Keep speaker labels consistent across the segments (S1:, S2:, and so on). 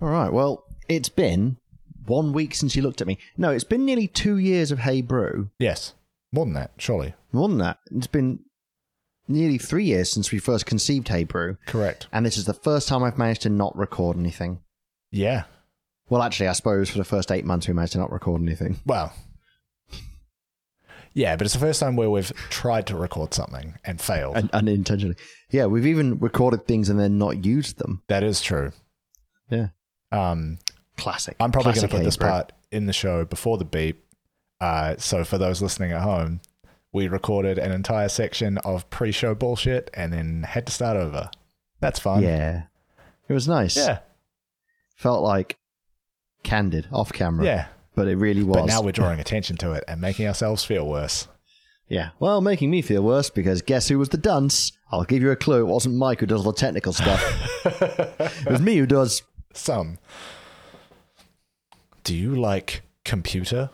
S1: All right. Well, it's been one week since you looked at me. No, it's been nearly two years of Hey Brew.
S2: Yes. More than that, surely.
S1: More than that, it's been nearly three years since we first conceived Hey Brew,
S2: Correct.
S1: and this is the first time I've managed to not record anything.
S2: Yeah.
S1: Well, actually, I suppose for the first eight months we managed to not record anything.
S2: Well. Yeah, but it's the first time where we've tried to record something and failed.
S1: Un- unintentionally. Yeah, we've even recorded things and then not used them.
S2: that is true.
S1: Yeah.
S2: Um,
S1: Classic.
S2: I'm probably going
S1: Classic
S2: to put
S1: Hey
S2: this
S1: Brew.
S2: part in the show before the beep. Uh, so for those listening at home, we recorded an entire section of pre-show bullshit and then had to start over. That's fun.
S1: Yeah. It was nice.
S2: Yeah.
S1: Felt like candid, off camera.
S2: Yeah.
S1: But it really was.
S2: But now we're drawing attention to it and making ourselves feel worse.
S1: Yeah. Well, making me feel worse because guess who was the dunce? I'll give you a clue. It wasn't Mike who does all the technical stuff. it was me who does.
S2: Some. Do you like computer?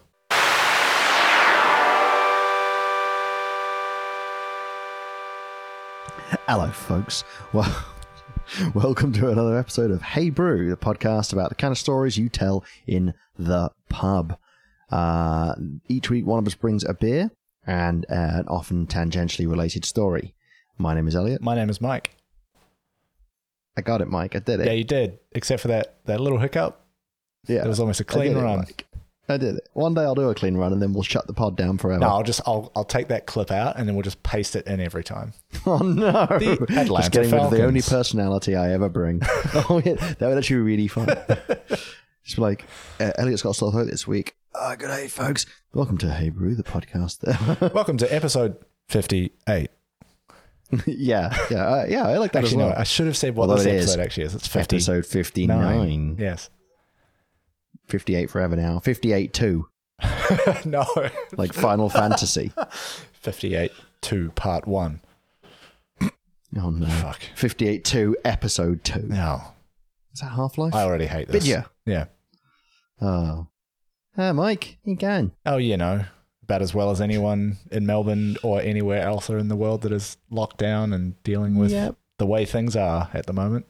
S1: Hello, folks. Well, welcome to another episode of Hey Brew, the podcast about the kind of stories you tell in the pub. Uh, each week, one of us brings a beer and uh, an often tangentially related story. My name is Elliot.
S2: My name is Mike.
S1: I got it, Mike. I did it.
S2: Yeah, you did. Except for that that little hiccup.
S1: Yeah,
S2: It was almost a
S1: Uh, I did
S2: clean
S1: it,
S2: run.
S1: Mike. I did it. One day I'll do a clean run and then we'll shut the pod down forever.
S2: No, I'll just I'll I'll take that clip out and then we'll just paste it in every time.
S1: Oh no!
S2: The Atlanta
S1: Just getting rid of
S2: Falcons.
S1: the only personality I ever bring. oh yeah, that would actually be really fun. Just be like uh, Elliot's got a sore throat this week. Uh, good day, folks. Welcome to Hey Brew, the podcast.
S2: Welcome to episode fifty-eight.
S1: yeah, yeah, uh, yeah. I like that
S2: Actually,
S1: as well.
S2: no, I should have said what
S1: Although
S2: this
S1: it is
S2: episode actually is. It's fifty.
S1: Episode 59.
S2: Yes.
S1: 58 forever now. 58 2,
S2: no.
S1: like Final Fantasy.
S2: Fifty-eight two part one.
S1: Oh no.
S2: Fuck.
S1: 58 2, episode 2.
S2: No.
S1: Is that Half Life?
S2: I already hate
S1: Did
S2: this.
S1: you?
S2: Yeah.
S1: Oh. Uh, Mike, you can.
S2: Oh, you know, about as well as anyone in Melbourne or anywhere else or in the world that is locked down and dealing with
S1: Yep.
S2: the way things are at the moment.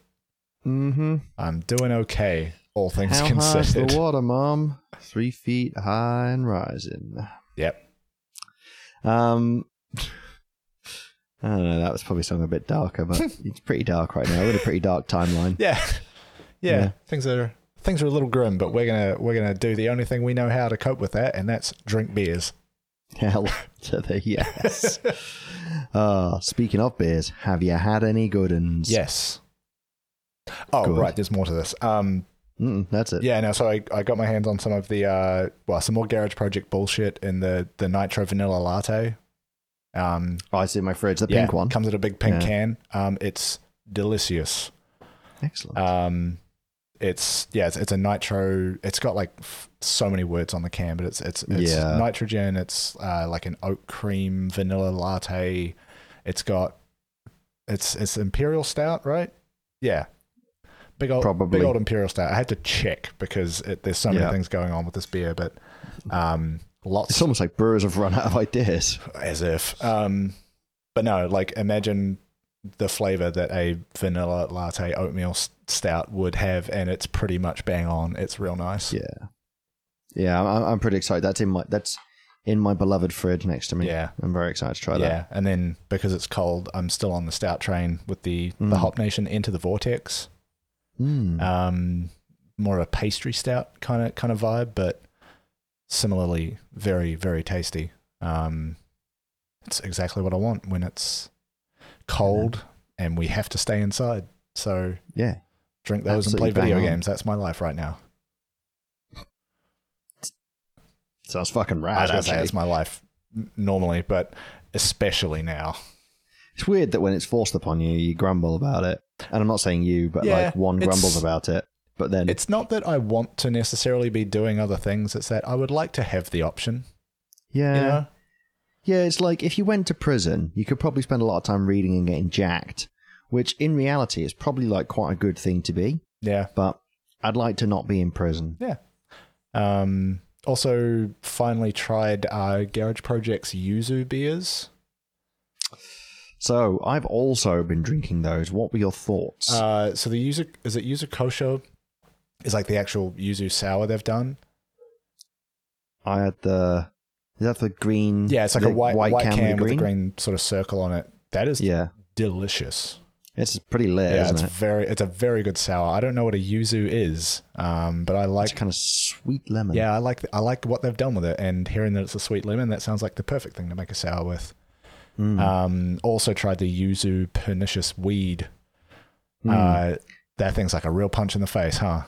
S1: hmm.
S2: I'm doing okay, all things
S1: How high's
S2: considered.
S1: the water, Mom? Three feet high and rising.
S2: Yep.
S1: Um, I don't know. That was probably something a bit darker, but it's pretty dark right now. We're in a pretty dark timeline.
S2: Yeah. yeah.
S1: Yeah.
S2: Things are things are a little grim, but we're gonna we're gonna do the only thing we know how to cope with that, and that's drink beers.
S1: Hell to the yes. Uh, speaking of beers, have you had any good ones?
S2: Yes. Oh
S1: Good.
S2: right, there's more to this. Um
S1: Mm-mm, that's it.
S2: yeah, no, so I, I got my hands on some of the uh well, some more garage project bullshit in the the nitro vanilla latte. Um
S1: Oh, I see my fridge, the
S2: yeah,
S1: pink one.
S2: comes in a big pink
S1: Yeah.
S2: can. Um, it's delicious.
S1: Excellent.
S2: Um, it's yeah, it's, it's a nitro. It's got like f- so many words on the can, but it's it's, it's
S1: Yeah.
S2: nitrogen. It's uh, like an oat cream vanilla latte. It's got it's it's imperial stout, right? Yeah, big old
S1: Probably.
S2: big old imperial stout. I had to check because it, there's so many
S1: Yeah.
S2: things going on with this beer, but um, lots
S1: it's almost like brewers have run out of ideas.
S2: as if. Um, but no, like imagine the flavor that a vanilla latte oatmeal s- stout would have, and it's pretty much bang on. It's real nice.
S1: Yeah. Yeah, I'm, I'm pretty excited. That's in my that's in my beloved fridge next to me.
S2: Yeah.
S1: I'm very excited to try that.
S2: Yeah, and then because it's cold, I'm still on the stout train with the the
S1: Mm.
S2: Hop Nation Enter the Vortex.
S1: Mm.
S2: Um, more of a pastry stout kind of kind of vibe, but similarly very very tasty. Um, it's exactly what I want when it's cold
S1: Mm-hmm.
S2: and we have to stay inside. So
S1: yeah.
S2: drink those
S1: Absolutely
S2: and play video
S1: bang on.
S2: games. That's my life right now.
S1: Sounds fucking
S2: I
S1: rad.
S2: don't say
S1: Ah, actually.
S2: it's my life n- normally, but especially now.
S1: It's weird that when it's forced upon you, you grumble about it. And I'm not saying you, but
S2: Yeah,
S1: like one
S2: it's-
S1: grumbles about it. But then
S2: It's not that I want to necessarily be doing other things. It's that I would like to have the option.
S1: yeah,
S2: You know?
S1: yeah, it's like if you went to prison, you could probably spend a lot of time reading and getting jacked, which in reality is probably like quite a good thing to be.
S2: Yeah.
S1: But I'd like to not be in prison.
S2: Um, also, finally tried uh, Garage Project's Yuzu beers.
S1: So I've also been drinking those. What were your thoughts?
S2: Uh, so the user is it user kosho is like the actual yuzu sour they've done.
S1: I had the is that the green?
S2: Yeah, it's like
S1: the
S2: a white white, can,
S1: the
S2: with a green sort of circle on it. That is
S1: Yeah,
S2: delicious.
S1: it's pretty lit,
S2: yeah,
S1: isn't
S2: it's
S1: it?
S2: very it's a very good sour. I don't know what a yuzu is, um, but I
S1: It's
S2: like
S1: kind of sweet lemon.
S2: yeah, I like I like what they've done with it. And hearing that it's a sweet lemon, that sounds like the perfect thing to make a sour with.
S1: Mm.
S2: Um, also tried the yuzu pernicious weed.
S1: Mm.
S2: Uh, that thing's like a real punch in the face, huh?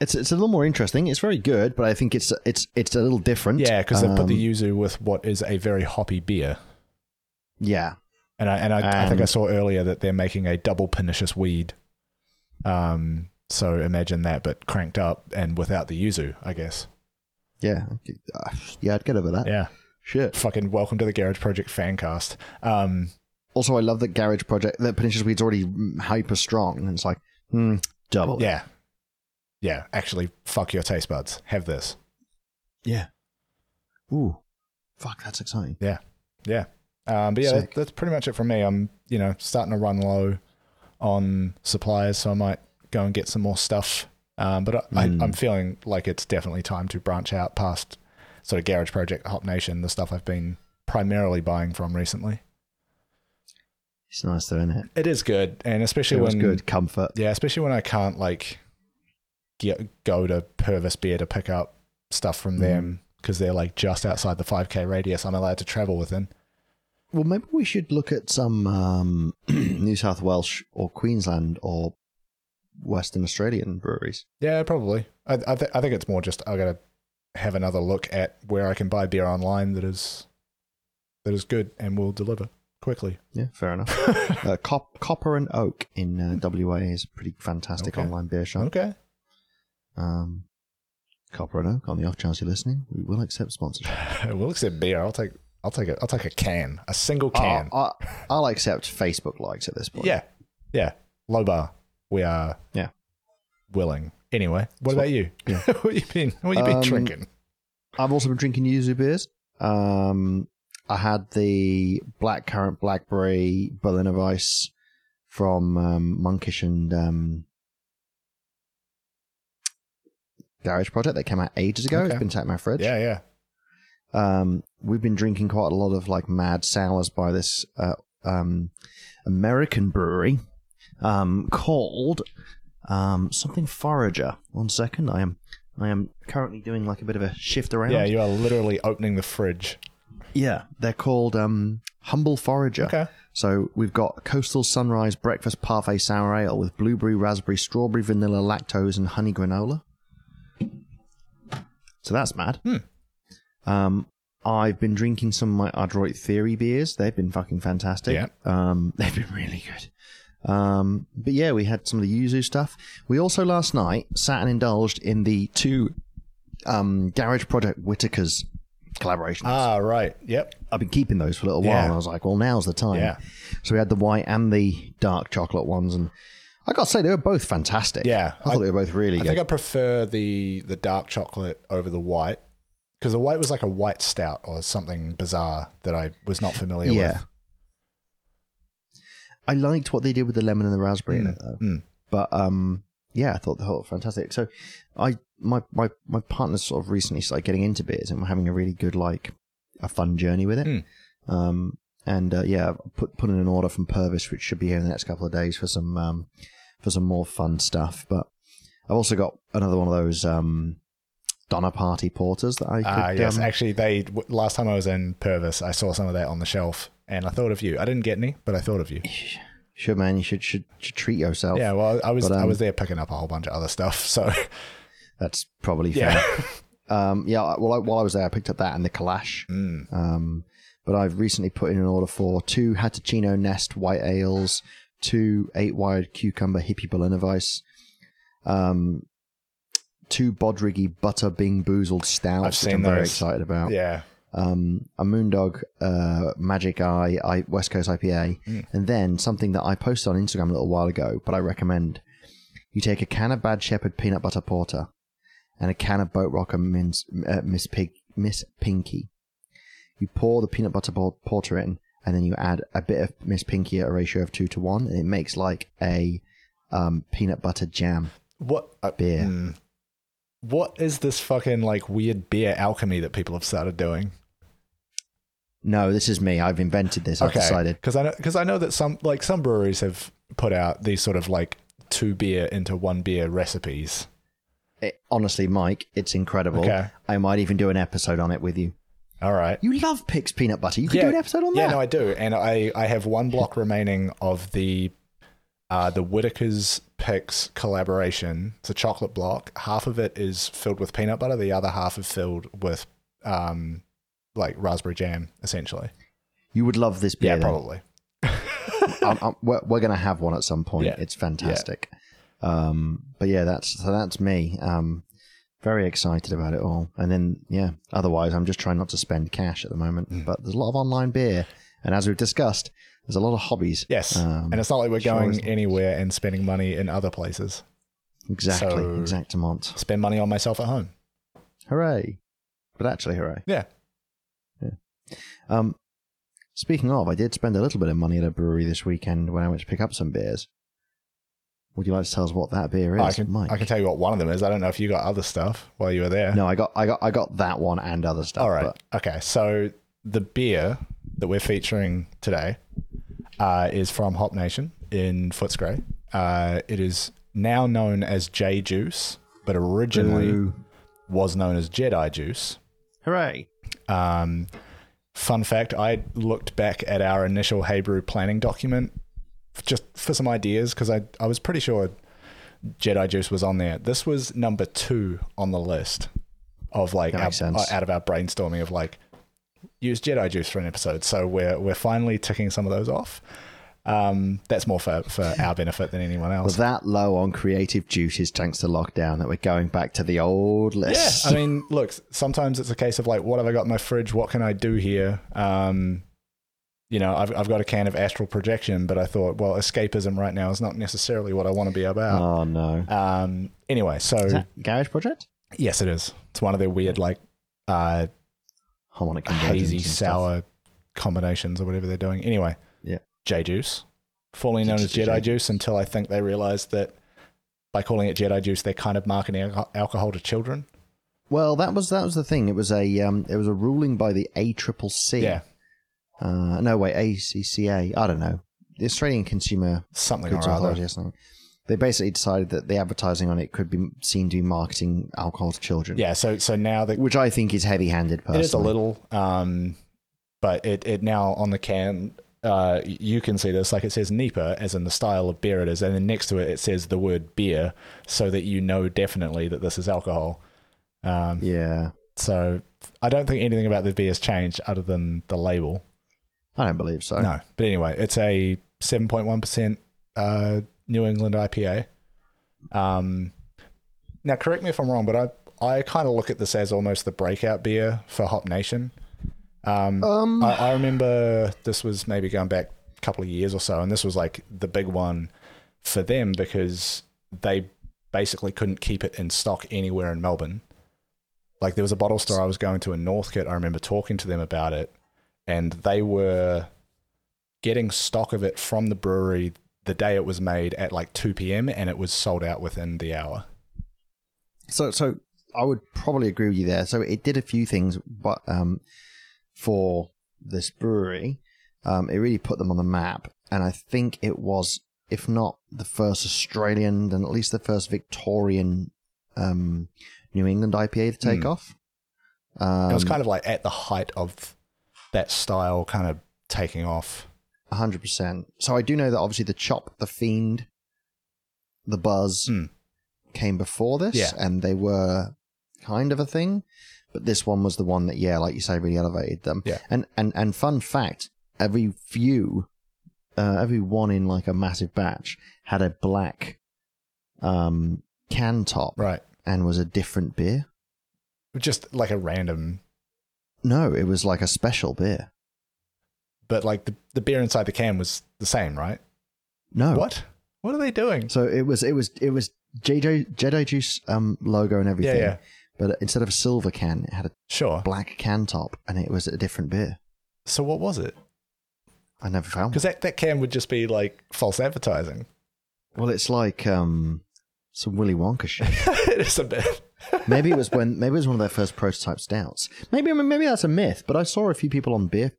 S1: it's it's a little more interesting. It's very good, but I think it's it's it's a little different.
S2: Yeah, because they put
S1: Um,
S2: the yuzu with what is a very hoppy beer.
S1: yeah,
S2: And I, and I, I think I
S1: And-
S2: saw earlier that they're making a double pernicious weed. Um, so imagine that, but cranked up and without the yuzu, I guess.
S1: yeah, Okay. Ah, yeah. I'd get over that.
S2: Yeah.
S1: Shit.
S2: Fucking welcome to the Garage Project fancast. Um,
S1: Also, I love that Garage Project. That Pernicious Weed's already mm, hyper strong, and it's like mm, double. it.
S2: yeah. Yeah. Actually, fuck your taste buds. Have this.
S1: Ooh, fuck, that's exciting.
S2: Um, but yeah,
S1: Sick.
S2: that, that's pretty much it from me. I'm, you know, starting to run low on supplies, so I might go and get some more stuff. Um, but I,
S1: Mm.
S2: I, I'm feeling like it's definitely time to branch out past sort of Garage Project, Hop Nation, the stuff I've been primarily buying from recently.
S1: It's nice though, isn't it?
S2: It is good, and especially
S1: It was
S2: when
S1: good comfort.
S2: yeah, especially when I can't like get, go to Purvis Beer to pick up stuff from them because they're like just outside the 5k radius I'm allowed to travel within.
S1: Well, maybe we should look at some um, New South Welsh or Queensland or Western Australian breweries.
S2: Yeah, probably. I I, th- I think it's more just I gotta have another look at where I can buy beer online that is that is good and will deliver quickly.
S1: Yeah, fair enough. uh, Cop- Copper and Oak in uh, WA is a pretty fantastic
S2: Okay.
S1: online beer shop.
S2: okay.
S1: Um, Copper and Oak, on the off chance you're listening, we will accept sponsorship.
S2: we'll accept beer. I'll take I'll take a I'll take a can, a single
S1: Oh,
S2: can.
S1: I'll, I'll, I'll accept Facebook likes at this point.
S2: yeah, yeah. Low bar. We are
S1: Yeah.
S2: willing. Anyway, what
S1: So-
S2: about you?
S1: yeah.
S2: what you been What you been
S1: Um,
S2: drinking?
S1: I've also been drinking yuzu beers. Um, I had the blackcurrant blackberry Berliner Weiss from um, Monkish and um, Garage Project that came out ages ago.
S2: Okay.
S1: It's been sat in my fridge.
S2: Yeah, yeah.
S1: Um, we've been drinking quite a lot of like mad sours by this uh, um, American brewery um, called um, something Forager. One second, I am I am currently doing like a bit of a shift around.
S2: Yeah, you are literally opening the fridge.
S1: Yeah, they're called um, Humble Forager.
S2: Okay.
S1: So we've got Coastal Sunrise Breakfast Parfait Sour Ale with blueberry, raspberry, strawberry, vanilla, lactose, and honey granola. So that's mad.
S2: Hmm.
S1: Um, I've been drinking some of my Adroit Theory beers. They've been fucking fantastic.
S2: Yeah.
S1: Um, they've been really good. Um, but yeah, we had some of the Yuzu stuff. We also last night sat and indulged in the two um, Garage Project Whitaker's collaborations.
S2: Ah, right. Yep.
S1: I've been keeping those for a little while,
S2: Yeah.
S1: and I was like, well, now's the time.
S2: Yeah.
S1: So we had the white and the dark chocolate ones, and I got to say, they were both fantastic.
S2: Yeah,
S1: I thought they were both really
S2: I
S1: good.
S2: think I prefer the the dark chocolate over the white because the white was like a white stout or something bizarre that I was not familiar
S1: Yeah. I, liked what they did with the lemon and the raspberry in it, though.
S2: Mm.
S1: But um, yeah, I thought the whole fantastic. So I my my my partner's sort of recently started getting into beers, and we're having a really good like a fun journey with it.
S2: Mm.
S1: Um, and uh, yeah, I put put in an order from Purvis, which should be here in the next couple of days for some um for some more fun stuff. But I've also got another one of those um Donner Party porters that I
S2: with.
S1: could
S2: Ah, yes.
S1: um,
S2: Actually, they w- last time I was in Purvis, I saw some of that on the shelf, and I thought of you. I didn't get any, but I thought of you.
S1: Sure, man, you should should, should treat yourself.
S2: Yeah. Well, I was
S1: But,
S2: I
S1: um,
S2: was there picking up a whole bunch of other stuff. So
S1: That's probably
S2: yeah.
S1: fair. Um, yeah. I- Well, I, while I was there, I picked up that and the Kalash.
S2: Mm.
S1: Um, but I've recently put in an order for two Hattuccino Nest White Ales, two Eight Wired Cucumber Hippie Berliner Weiss, um, two Bodriggy Butter Bing Boozled Stouts,
S2: I've
S1: which
S2: seen
S1: I'm very
S2: those.
S1: excited about.
S2: Yeah.
S1: Um, a Moondog uh, Magic Eye I, West Coast IPA,
S2: Mm.
S1: and then something that I posted on Instagram a little while ago, but I recommend you take a can of Bad Shepherd Peanut Butter Porter and a can of Boat Rocker Min's, uh, Miss Pig Miss Pinky. You pour the peanut butter por- porter in, and then you add a bit of Miss Pinky at a ratio of two to one, and it makes like a um, peanut butter jam.
S2: What I,
S1: Beer.
S2: mm, what is this fucking like weird beer alchemy that people have started doing?
S1: No, this is me. I've invented this. I've decided.
S2: Because I know because I know that some like some breweries have put out these sort of like two beer into one beer recipes.
S1: It, honestly, Mike, it's incredible.
S2: Okay.
S1: I might even do an episode on it with you.
S2: All right.
S1: You love Pix peanut butter. You could do an episode on
S2: yeah,
S1: that.
S2: no, I do, and I I have one block remaining of the uh, the Whitaker's Picks collaboration. It's a chocolate block. Half of it is filled with peanut butter. The other half is filled with um, like raspberry jam, essentially.
S1: you would love this beer.
S2: Yeah,
S1: then.
S2: probably.
S1: I'm, I'm, we're we're going to have one at some point.
S2: Yeah.
S1: It's fantastic. Um, but yeah, that's so that's me. Um, very excited about it all. And then yeah, otherwise I'm just trying not to spend cash at the moment.
S2: Mm.
S1: But there's a lot of online beer, and as we've discussed, there's a lot of hobbies.
S2: Yes,
S1: Um,
S2: and it's not like we're
S1: sure
S2: going
S1: isn't.
S2: anywhere and spending money in other places.
S1: Exactly.
S2: So-
S1: Exactamont.
S2: Spend money on myself at home.
S1: Hooray! But actually, hooray.
S2: Yeah.
S1: Um, speaking of, I did spend a little bit of money at a brewery this weekend when I went to pick up some beers. Would you like to tell us what that beer is,
S2: I can
S1: Mike?
S2: I can tell you what one of them is. I don't know if you got other stuff while you were there.
S1: No, I got, I got, I got that one and other stuff.
S2: All right.
S1: but
S2: Okay. So the beer that we're featuring today uh, is from Hop Nation in Footscray. Uh, it is now known as J Juice, but originally
S1: Boo.
S2: was known as Jedi Juice.
S1: hooray!
S2: Um, fun fact: I looked back at our initial Hebrew planning document f- just for some ideas because I I was pretty sure Jedi Juice was on there. This was number two on the list of like
S1: That
S2: our,
S1: makes sense.
S2: out of our brainstorming of like use Jedi Juice for an episode. So we're we're finally ticking some of those off. Um, that's more for for our benefit than anyone else.
S1: Was that low on creative juices thanks to lockdown that we're going back to the old
S2: Yeah,
S1: list?
S2: I mean, look, sometimes it's a case of like, what have I got in my fridge? What can I do here? Um, you know, I've, I've got a can of astral projection, but I thought, well, escapism right now is not necessarily what I want to be about.
S1: oh no!
S2: Um, anyway, so
S1: Is that Garage Project?
S2: yes, it is. It's one of their weird, like, uh,
S1: Harmonic convergence
S2: hazy,
S1: and stuff.
S2: sour combinations or whatever they're doing. Anyway,
S1: Yeah.
S2: J Juice, formerly known as
S1: J-
S2: Jedi Juice, until I think they realized that by calling it Jedi Juice, they're kind of marketing alco- alcohol to children.
S1: Well, that was that was the thing. It was a um, it was a ruling by the ACCC.
S2: Yeah,
S1: Uh, no, wait, ACCA. I don't know. The Australian Consumer
S2: something
S1: Goods
S2: or other.
S1: Authority or something. They basically decided that the advertising on it could be seen to be marketing alcohol to children.
S2: Yeah, so so now the,
S1: Which I think is heavy handed,
S2: it
S1: personally.
S2: is a little, um, but it, it now on the can, uh, you can see this, like it says NEPA, as in the style of beer it is, and then next to it, it says the word beer, so that you know definitely that this is alcohol. Um,
S1: Yeah.
S2: So I don't think anything about the beer has changed other than the label.
S1: I don't believe so.
S2: No, but anyway, it's a 7.1% uh, New England IPA. Um, now, correct me if I'm wrong, but I I kind of look at this as almost the breakout beer for Hop Nation. Um,
S1: Um,
S2: I, I remember this was maybe going back a couple of years or so, and this was like the big one for them because they basically couldn't keep it in stock anywhere in Melbourne. Like there was a bottle store I was going to in Northcote. I remember talking to them about it, and they were getting stock of it from the brewery the day it was made at like 2 p.m. and it was sold out within the hour.
S1: So, so I would probably agree with you there. So it did a few things, but um, for this brewery, um, it really put them on the map, and I think it was, if not the first Australian, then at least the first Victorian um, New England IPA to take
S2: Hmm.
S1: off. Um,
S2: it was kind of like at the height of that style kind of taking off.
S1: hundred percent. So I do know that obviously the chop, the fiend, the buzz
S2: Hmm.
S1: came before this,
S2: Yeah.
S1: and they were kind of a thing. But this one was the one that, yeah, like you say, really elevated them.
S2: Yeah.
S1: And and and fun fact: every few, uh, every one in like a massive batch had a black um can top
S2: Right.
S1: and was a different beer.
S2: Just like a random
S1: No, it was like a special beer.
S2: but like the, the beer inside the can was the same, right?
S1: No,
S2: What? What are they doing?
S1: So it was it was it was JJ Jedi Juice um logo and everything.
S2: yeah.
S1: But instead of a silver can, it had a
S2: Sure.
S1: black can top, and it was a different beer.
S2: So what was it?
S1: I never found.
S2: Because that, that can would just be like false advertising.
S1: One. Well, it's like um some Willy Wonka shit.
S2: it is a bit.
S1: Maybe it was when maybe it was one of their first prototype stouts. Maybe maybe that's a myth, but I saw a few people on beer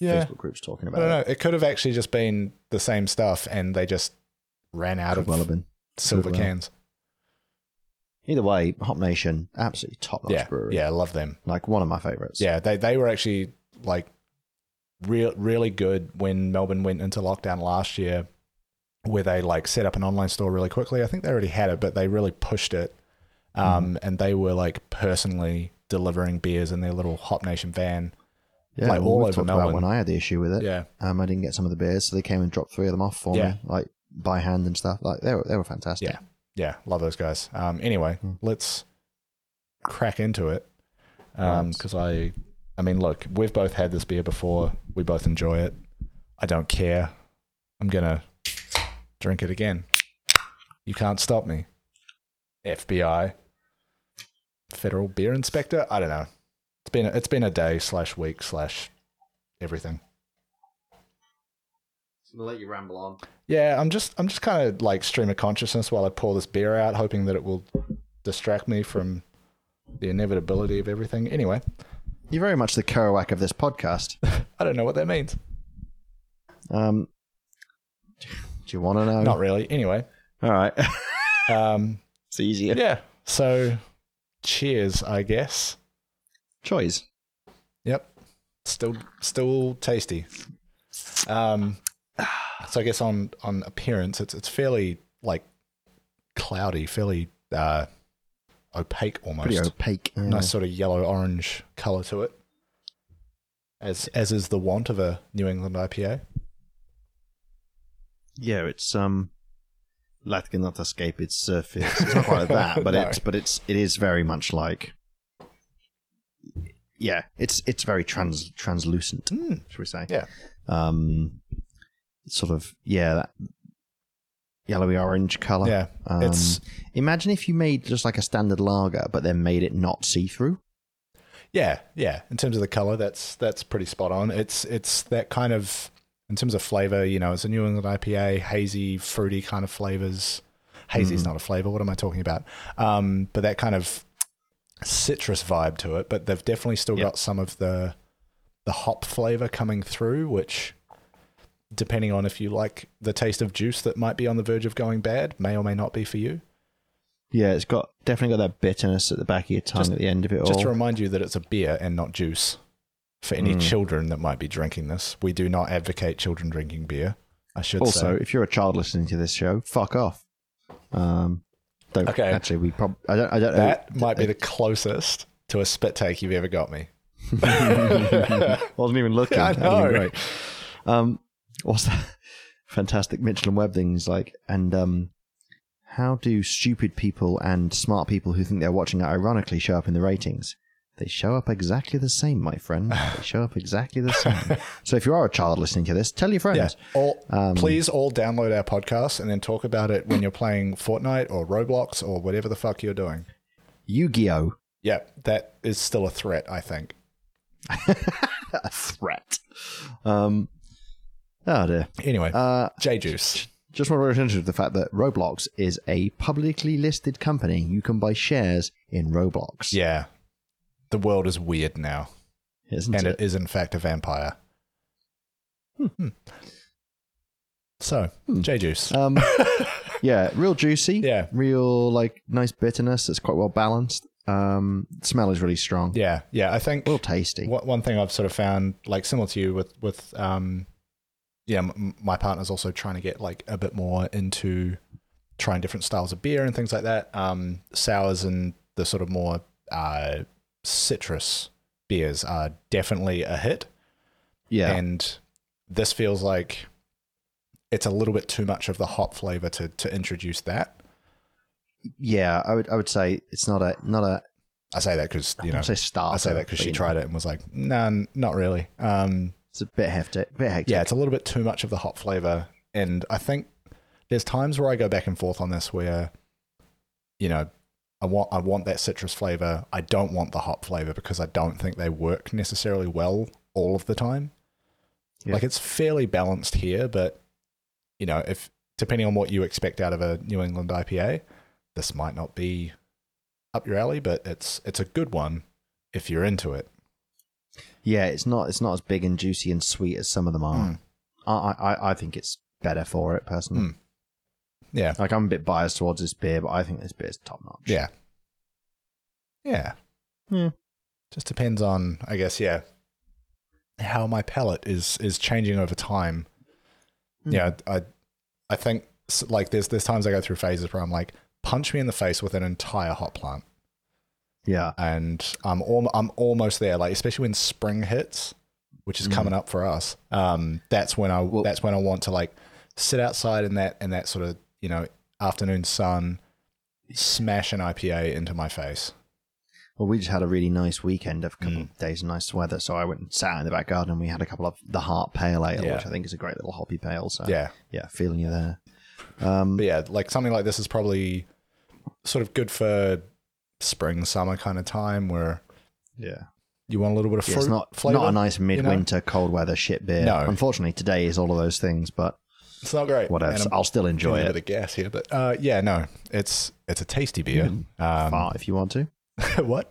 S2: Yeah.
S1: Facebook groups talking
S2: I
S1: about
S2: don't
S1: it.
S2: know. It could have actually just been the same stuff and they just ran out
S1: Could
S2: of
S1: well have been.
S2: silver
S1: well.
S2: cans.
S1: Either way, Hop Nation, absolutely top notch
S2: Yeah.
S1: brewery.
S2: Yeah, I love them.
S1: Like one of my favorites.
S2: Yeah, they they were actually like real really good when Melbourne went into lockdown last year where they like set up an online store really quickly. I think they already had it, but they really pushed it. Um, and they were like personally delivering beers in their little Hop Nation van.
S1: yeah
S2: like,
S1: well,
S2: all
S1: we've
S2: over
S1: talked
S2: Melbourne.
S1: about when I had the issue with it.
S2: Yeah.
S1: Um, I didn't get some of the beers, so they came and dropped three of them off for
S2: Yeah.
S1: me, like by hand and stuff. Like they were they were fantastic.
S2: Yeah. Yeah, love those guys. Um, anyway, let's crack into it
S1: Right.
S2: because I, I mean, look, we've both had this beer before. We both enjoy it. I don't care. I'm gonna drink it again. You can't stop me. FBI, Federal Beer Inspector. I don't know. It's been it's been a day slash week slash everything.
S1: I'm gonna let you ramble on.
S2: Yeah, I'm just I'm just kind of like stream of consciousness while I pour this beer out, hoping that it will distract me from the inevitability of everything. Anyway,
S1: You're very much the Kerouac of this podcast.
S2: I don't know what that means.
S1: Um, do you want to know?
S2: Not really. Anyway,
S1: All right,
S2: um,
S1: it's easier.
S2: yeah. So, cheers, I guess.
S1: Choice.
S2: Yep. Still, still tasty. Um, so I guess on on appearance, it's it's fairly like cloudy, fairly uh, opaque almost.
S1: Pretty opaque. Yeah.
S2: nice sort of yellow orange color to it, as as is the want of a New England IPA.
S1: Yeah, it's um, Latkin not escape its surface. It's not quite that, but
S2: No.
S1: it's but it's it is very much like. Yeah, it's it's very trans translucent.
S2: Mm,
S1: should we say?
S2: Yeah.
S1: Um, sort of yeah, that yellowy orange color.
S2: yeah,
S1: Um,
S2: it's
S1: imagine if you made just like a standard lager, but then made it not see through.
S2: yeah, yeah. In terms of the color, that's that's pretty spot on. It's it's that kind of in terms of flavor, you know, it's a New England IPA, hazy, fruity kind of flavors. Hazy's not a flavor. What am I talking about? Um, but that kind of citrus vibe to it. But they've definitely still
S1: Yeah.
S2: got some of the the hop flavor coming through, which depending on if you like the taste of juice that might be on the verge of going bad, may or may not be for you.
S1: Yeah, it's got definitely got that bitterness at the back of your tongue
S2: Just-
S1: at the end of it
S2: Just
S1: all.
S2: to remind you that it's a beer and not juice. For
S1: Hmm.
S2: any children that might be drinking this, we do not advocate children drinking beer. I should
S1: also,
S2: say.
S1: if you're a child listening to this show, fuck off. Um, don't
S2: Okay.
S1: actually we probably I don't I don't
S2: That might
S1: uh,
S2: be the closest to a spit take you've ever got me.
S1: know. Wasn't even looking.
S2: I
S1: That'd have been
S2: know.
S1: great. Um, what's that? Fantastic Mitchell and Webb thing. He's like, and um, how do stupid people and smart people who think they're watching it ironically show up in the ratings? They show up exactly the same, my friend. They show up exactly the same. so if you are a child listening to this, tell your
S2: Yeah.
S1: friends.
S2: All,
S1: Um,
S2: please all download our podcast and then talk about it when you're playing Fortnite or Roblox or whatever the fuck you're doing.
S1: Yu-Gi-Oh!
S2: Yeah, that is still a threat, I think.
S1: A threat. Um, oh dear.
S2: Anyway,
S1: Uh,
S2: J Juice.
S1: Just want to draw attention to the fact that Roblox is a publicly listed company. You can buy shares in Roblox.
S2: Yeah. The world is weird now.
S1: Isn't
S2: and
S1: it?
S2: it is in fact a vampire. Hmm. So, J juice.
S1: Um, yeah, real juicy.
S2: Yeah.
S1: Real, like, nice bitterness. It's quite well balanced. Um, smell is really strong.
S2: yeah, yeah. I think
S1: Real tasty.
S2: one one thing I've sort of found, like similar to you, with with um, yeah, m- my partner's also trying to get like a bit more into trying different styles of beer and things like that. Um, sours and the sort of more uh, citrus beers are definitely a hit.
S1: Yeah.
S2: and this feels like it's a little bit too much of the hop flavor to to introduce that.
S1: yeah. I would, I would say it's not a, not a,
S2: I say that because you
S1: I
S2: know
S1: would say starter.
S2: I say that because
S1: but,
S2: she
S1: you know,
S2: tried it and was like, "Nah, n- not really." Um,
S1: It's a bit hectic. Bit hectic.
S2: yeah, it's a little bit too much of the hop flavor, and I think there's times where I go back and forth on this where, you know, I want I want that citrus flavor. I don't want the hop flavor because I don't think they work necessarily well all of the time.
S1: Yeah.
S2: Like it's fairly balanced here, but you know, if depending on what you expect out of a New England IPA, this might not be up your alley, but it's it's a good one if you're into it.
S1: Yeah, it's not it's not as big and juicy and sweet as some of them
S2: Hmm.
S1: are. I I, I, I think it's better for it personally.
S2: Mm. Yeah.
S1: Like I'm a bit biased towards this beer, but I think this beer is top notch.
S2: Yeah. Yeah.
S1: Yeah.
S2: Just depends on, I guess, yeah, how my palate is is changing over time.
S1: Hmm.
S2: Yeah, I, I, I think s- like there's there's times I go through phases where I'm like, punch me in the face with an entire hot plant,
S1: yeah,
S2: and I'm al- I'm almost there. Like especially when spring hits, which is
S1: Mm.
S2: coming up for us. Um, that's when I that's when I want to like sit outside in that in that sort of you know afternoon sun, smash an IPA into my face.
S1: Well, we just had a really nice weekend of a couple
S2: Mm.
S1: of days of nice weather, so I went and sat in the back garden and we had a couple of the Heart Pale Ale,
S2: Yeah.
S1: which I think is a great little hoppy pale. So
S2: Yeah.
S1: yeah, feeling you there. Uh, Um,
S2: But yeah, like something like this is probably sort of good for spring, summer kind of time where
S1: yeah.
S2: you want a little bit of
S1: Yeah,
S2: fruit
S1: it's not
S2: flavor.
S1: not a nice midwinter cold weather shit beer.
S2: No.
S1: Unfortunately, today is all of those things, but
S2: It's not great.
S1: whatever.
S2: And I'm
S1: I'll still enjoy
S2: getting a
S1: it.
S2: bit of gas here, but uh, yeah, no, it's it's a tasty beer. Um,
S1: Fart if you want to.
S2: what?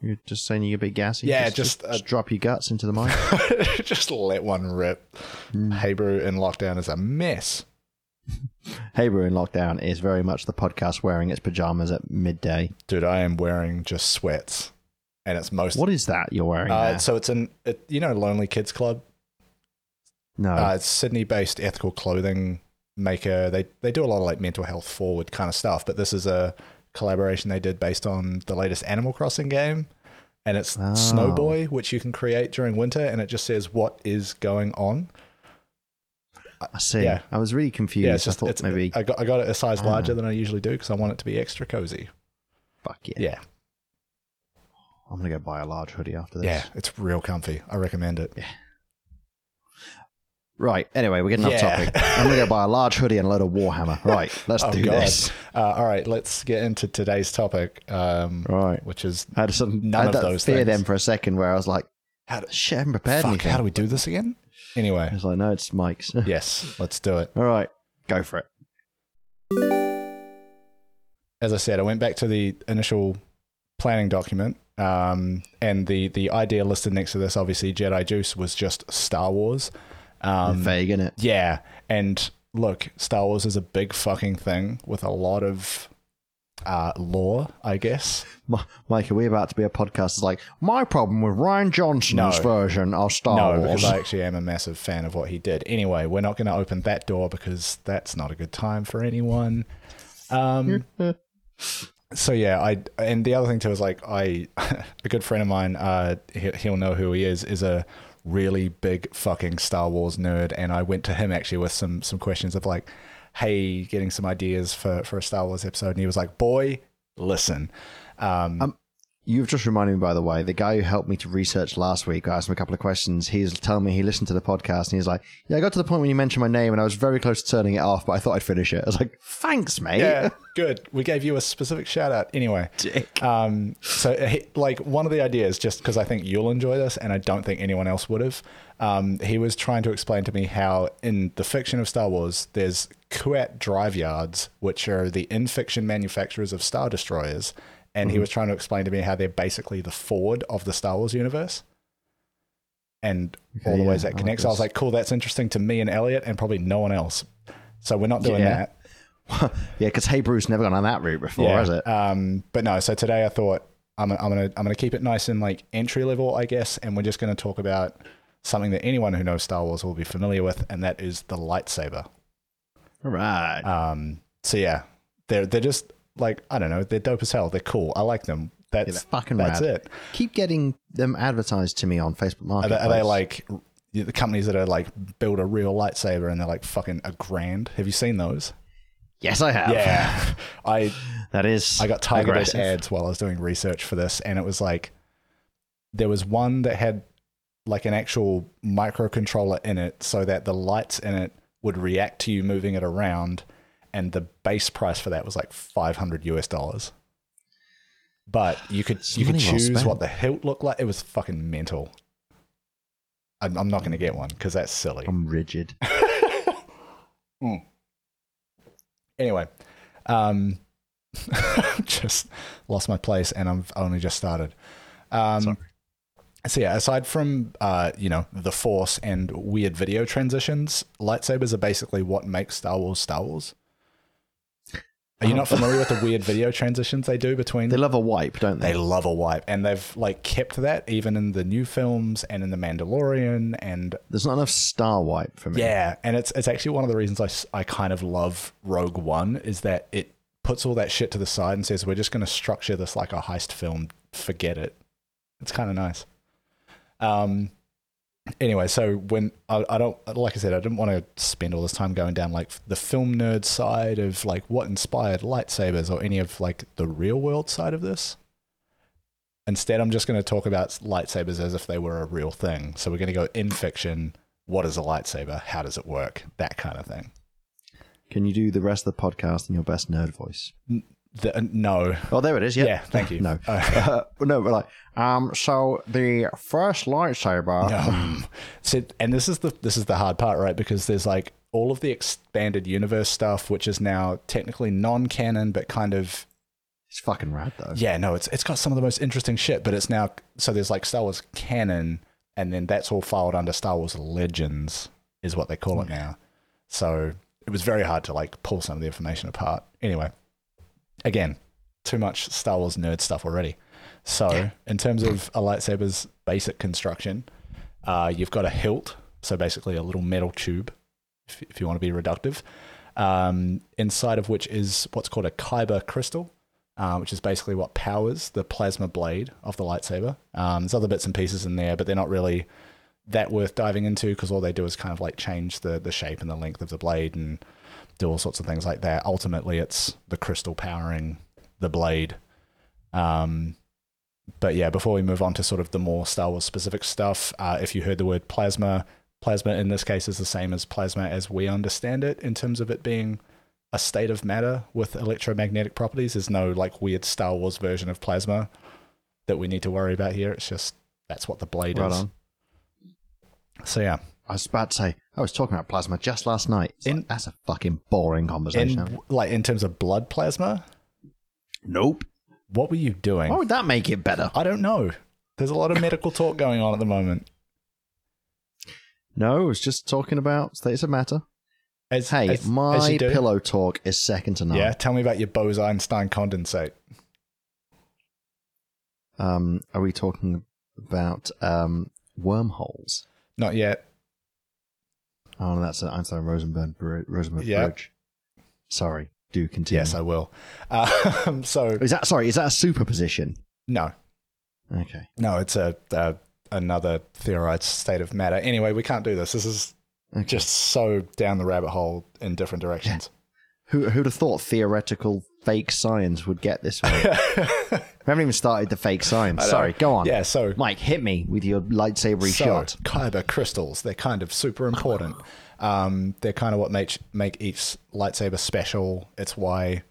S1: You're just saying you're a bit gassy.
S2: Yeah,
S1: just,
S2: just, uh,
S1: drop your guts into the mic.
S2: Just let one rip.
S1: Mm.
S2: Hey brew in lockdown is a mess.
S1: hey Brew in Lockdown is very much the podcast wearing its pajamas at midday.
S2: Dude, I am wearing just sweats, and it's most.
S1: What is that you're wearing?
S2: Uh,
S1: there?
S2: so it's an it, you know Lonely Kids Club.
S1: No,
S2: Uh, it's Sydney-based ethical clothing maker. They they do a lot of like mental health forward kind of stuff, but this is a collaboration they did based on the latest Animal Crossing game, and it's
S1: Oh.
S2: Snow Boy, which you can create during winter, and it just says what is going on.
S1: I see.
S2: yeah.
S1: I was really confused.
S2: yeah, it's just
S1: I thought
S2: it's,
S1: maybe
S2: I got I got it a size
S1: Ah.
S2: larger than I usually do because I want it to be extra cozy.
S1: fuck yeah.
S2: Yeah,
S1: I'm gonna go buy a large hoodie after this.
S2: yeah, it's real comfy. I recommend it.
S1: Right. Anyway, we're getting off
S2: Yeah.
S1: topic. I'm gonna go buy a large hoodie and a load of Warhammer. Right. Let's
S2: Oh,
S1: do
S2: God.
S1: this.
S2: Uh, all right, let's get into today's topic, um,
S1: Right.
S2: which is
S1: I had a sudden
S2: None
S1: I had
S2: of
S1: that
S2: those
S1: fear
S2: things.
S1: then for a second where I was like,
S2: how do,
S1: shit, I haven't prepared
S2: fuck,
S1: anything.
S2: how do we do this again? Anyway,
S1: I was like, no, it's Mike's.
S2: yes, let's do it.
S1: All right, go for it.
S2: As I said, I went back to the initial planning document, um, and the the idea listed next to this, obviously Jedi Juice, was just Star Wars. Um,
S1: Vague, innit?
S2: yeah, and look, Star Wars is a big fucking thing with a lot of uh, lore, I guess.
S1: Mi- Mike, are we about to be a podcast? It's like my problem with Ryan Johnson's
S2: No.
S1: version of Star
S2: No,
S1: Wars.
S2: because I actually am a massive fan of what he did. Anyway, we're not going to open that door because that's not a good time for anyone. Um, so yeah, I and the other thing too is like I, a good friend of mine, uh, he, he'll know who he is, is a really big fucking Star Wars nerd, and I went to him actually with some some questions of like, hey, getting some ideas for for a Star Wars episode, and he was like, boy, listen, um,
S1: You've just reminded me, by the way, the guy who helped me to research last week, I asked him a couple of questions. He's telling me he listened to the podcast and he's like, Yeah, I got to the point when you mentioned my name and I was very close to turning it off, but I thought I'd finish it. I was like, Thanks, mate.
S2: yeah, good, we gave you a specific shout out. Anyway, Um, so, he, like, one of the ideas, just because I think you'll enjoy this, and I don't think anyone else would have, um, he was trying to explain to me how in the fiction of Star Wars, there's Kuat drive yards, which are the in fiction manufacturers of Star Destroyers. And
S1: Mm-hmm.
S2: he was trying to explain to me how they're basically the Ford of the Star Wars universe. And all the
S1: yeah,
S2: ways
S1: I
S2: that
S1: like
S2: connects. I was
S1: this.
S2: like, cool, that's interesting to me and Elliot, and probably no one else. So, we're not doing
S1: Yeah.
S2: that.
S1: Yeah, because Hey Bruce never gone on that route before, has it?
S2: Um, but no, so today I thought I'm, I'm gonna I'm gonna keep it nice and like entry level, I guess, and we're just gonna talk about something that anyone who knows Star Wars will be familiar with, and that is the lightsaber.
S1: All right.
S2: Um, so yeah, they're they're just like I don't know, they're dope as hell. They're cool. I like them. That's
S1: they're fucking
S2: that's
S1: rad.
S2: it.
S1: Keep getting them advertised to me on Facebook
S2: Are they,
S1: Marketplace.
S2: are they like the companies that are like build a real lightsaber and they're like fucking a grand? Have you seen those?
S1: Yes, I have.
S2: Yeah, I
S1: That is.
S2: I got targeted
S1: aggressive.
S2: ads while I was doing research for this, and it was like there was one that had like an actual microcontroller in it, so that the lights in it would react to you moving it around, and the base price for that was like five hundred US dollars. But you could
S1: It's
S2: you could
S1: money well
S2: choose
S1: spent.
S2: what the hilt looked like. It was fucking mental. I'm, I'm not going to get one because that's silly.
S1: I'm rigid.
S2: Hmm. Anyway, um, just lost my place, and I've only just started.
S1: Sorry.
S2: Um, so yeah, aside from uh, you know the Force and weird video transitions, lightsabers are basically what makes Star Wars Star Wars. Are you
S1: Um,
S2: not familiar with the weird video transitions they do between?
S1: They love a wipe, don't
S2: They
S1: they?
S2: love a wipe, and they've like kept that even in the new films and in the Mandalorian and
S1: There's not enough star wipe for me.
S2: yeah, and it's it's actually one of the reasons I, s- I kind of love Rogue One is that it puts all that shit to the side and says we're just going to structure this like a heist film. Forget it. It's kind of nice. Um. Anyway, so when I, I don't like I said I didn't want to spend all this time going down like the film nerd side of like what inspired lightsabers or any of like the real world side of this. Instead, I'm just going to talk about lightsabers as if they were a real thing. So we're going to go in fiction, what is a lightsaber? How does it work? That kind of thing.
S1: Can you do the rest of the podcast in your best nerd voice?
S2: The, uh, no.
S1: Oh, there it is. Yep.
S2: Yeah, thank you.
S1: No.
S2: Uh,
S1: Uh, no, but like, um, so the first lightsaber.
S2: um, so, and this is the this is the hard part, right? Because there's like all of the expanded universe stuff, which is now technically non-canon, but kind of
S1: It's fucking rad though.
S2: yeah, no, it's it's got some of the most interesting shit. But it's now so there's like Star Wars canon, and then that's all filed under Star Wars Legends, is what they call it now. So it was very hard to like pull some of the information apart. Anyway, again, too much Star Wars nerd stuff already. So, in terms of a lightsaber's basic construction, uh, you've got a hilt, so basically a little metal tube, if, if you want to be reductive, um, inside of which is what's called a kyber crystal, uh, which is basically what powers the plasma blade of the lightsaber. Um, there's other bits and pieces in there, but they're not really that worth diving into because all they do is kind of like change the the shape and the length of the blade and do all sorts of things like that. Ultimately, it's the crystal powering the blade. Um, but yeah, before we move on to sort of the more Star Wars specific stuff, uh, if you heard the word plasma, plasma in this case is the same as plasma as we understand it in terms of it being a state of matter with electromagnetic properties. There's no like weird Star Wars version of plasma that we need to worry about here. It's just that's what the blade
S1: Right
S2: is.
S1: on.
S2: So yeah,
S1: I was about to say, I was talking about plasma just last night. It's
S2: In-
S1: like, that's a fucking boring conversation.
S2: in like in terms of blood plasma,
S1: nope.
S2: what were you doing?
S1: Why would that make it better?
S2: I don't know. There's a lot of medical talk going on at the moment.
S1: No, it's just talking about states of matter.
S2: As,
S1: Hey,
S2: as- as
S1: my
S2: you do.
S1: pillow talk is second to none.
S2: Yeah, tell me about your Bose Einstein condensate.
S1: Um, are we talking about um, wormholes?
S2: Not yet.
S1: Oh, no, that's an Einstein Rosenberg br- Rosenberg
S2: Yeah.
S1: bridge. Sorry, do continue.
S2: Yes, I will. Um, so
S1: is that sorry? Is that a superposition?
S2: no,
S1: Okay.
S2: no, it's a, uh another theorized state of matter. Anyway, we can't do this. This is
S1: okay.
S2: just so down the rabbit hole in different directions.
S1: who who'd have thought theoretical fake science would get this way? we haven't even started the fake science. Sorry, go on.
S2: Yeah. So
S1: Mike, hit me with your lightsabery
S2: so,
S1: shot.
S2: Kyber crystals. They're kind of super important. Um, they're kind of what makes make each lightsaber special. It's why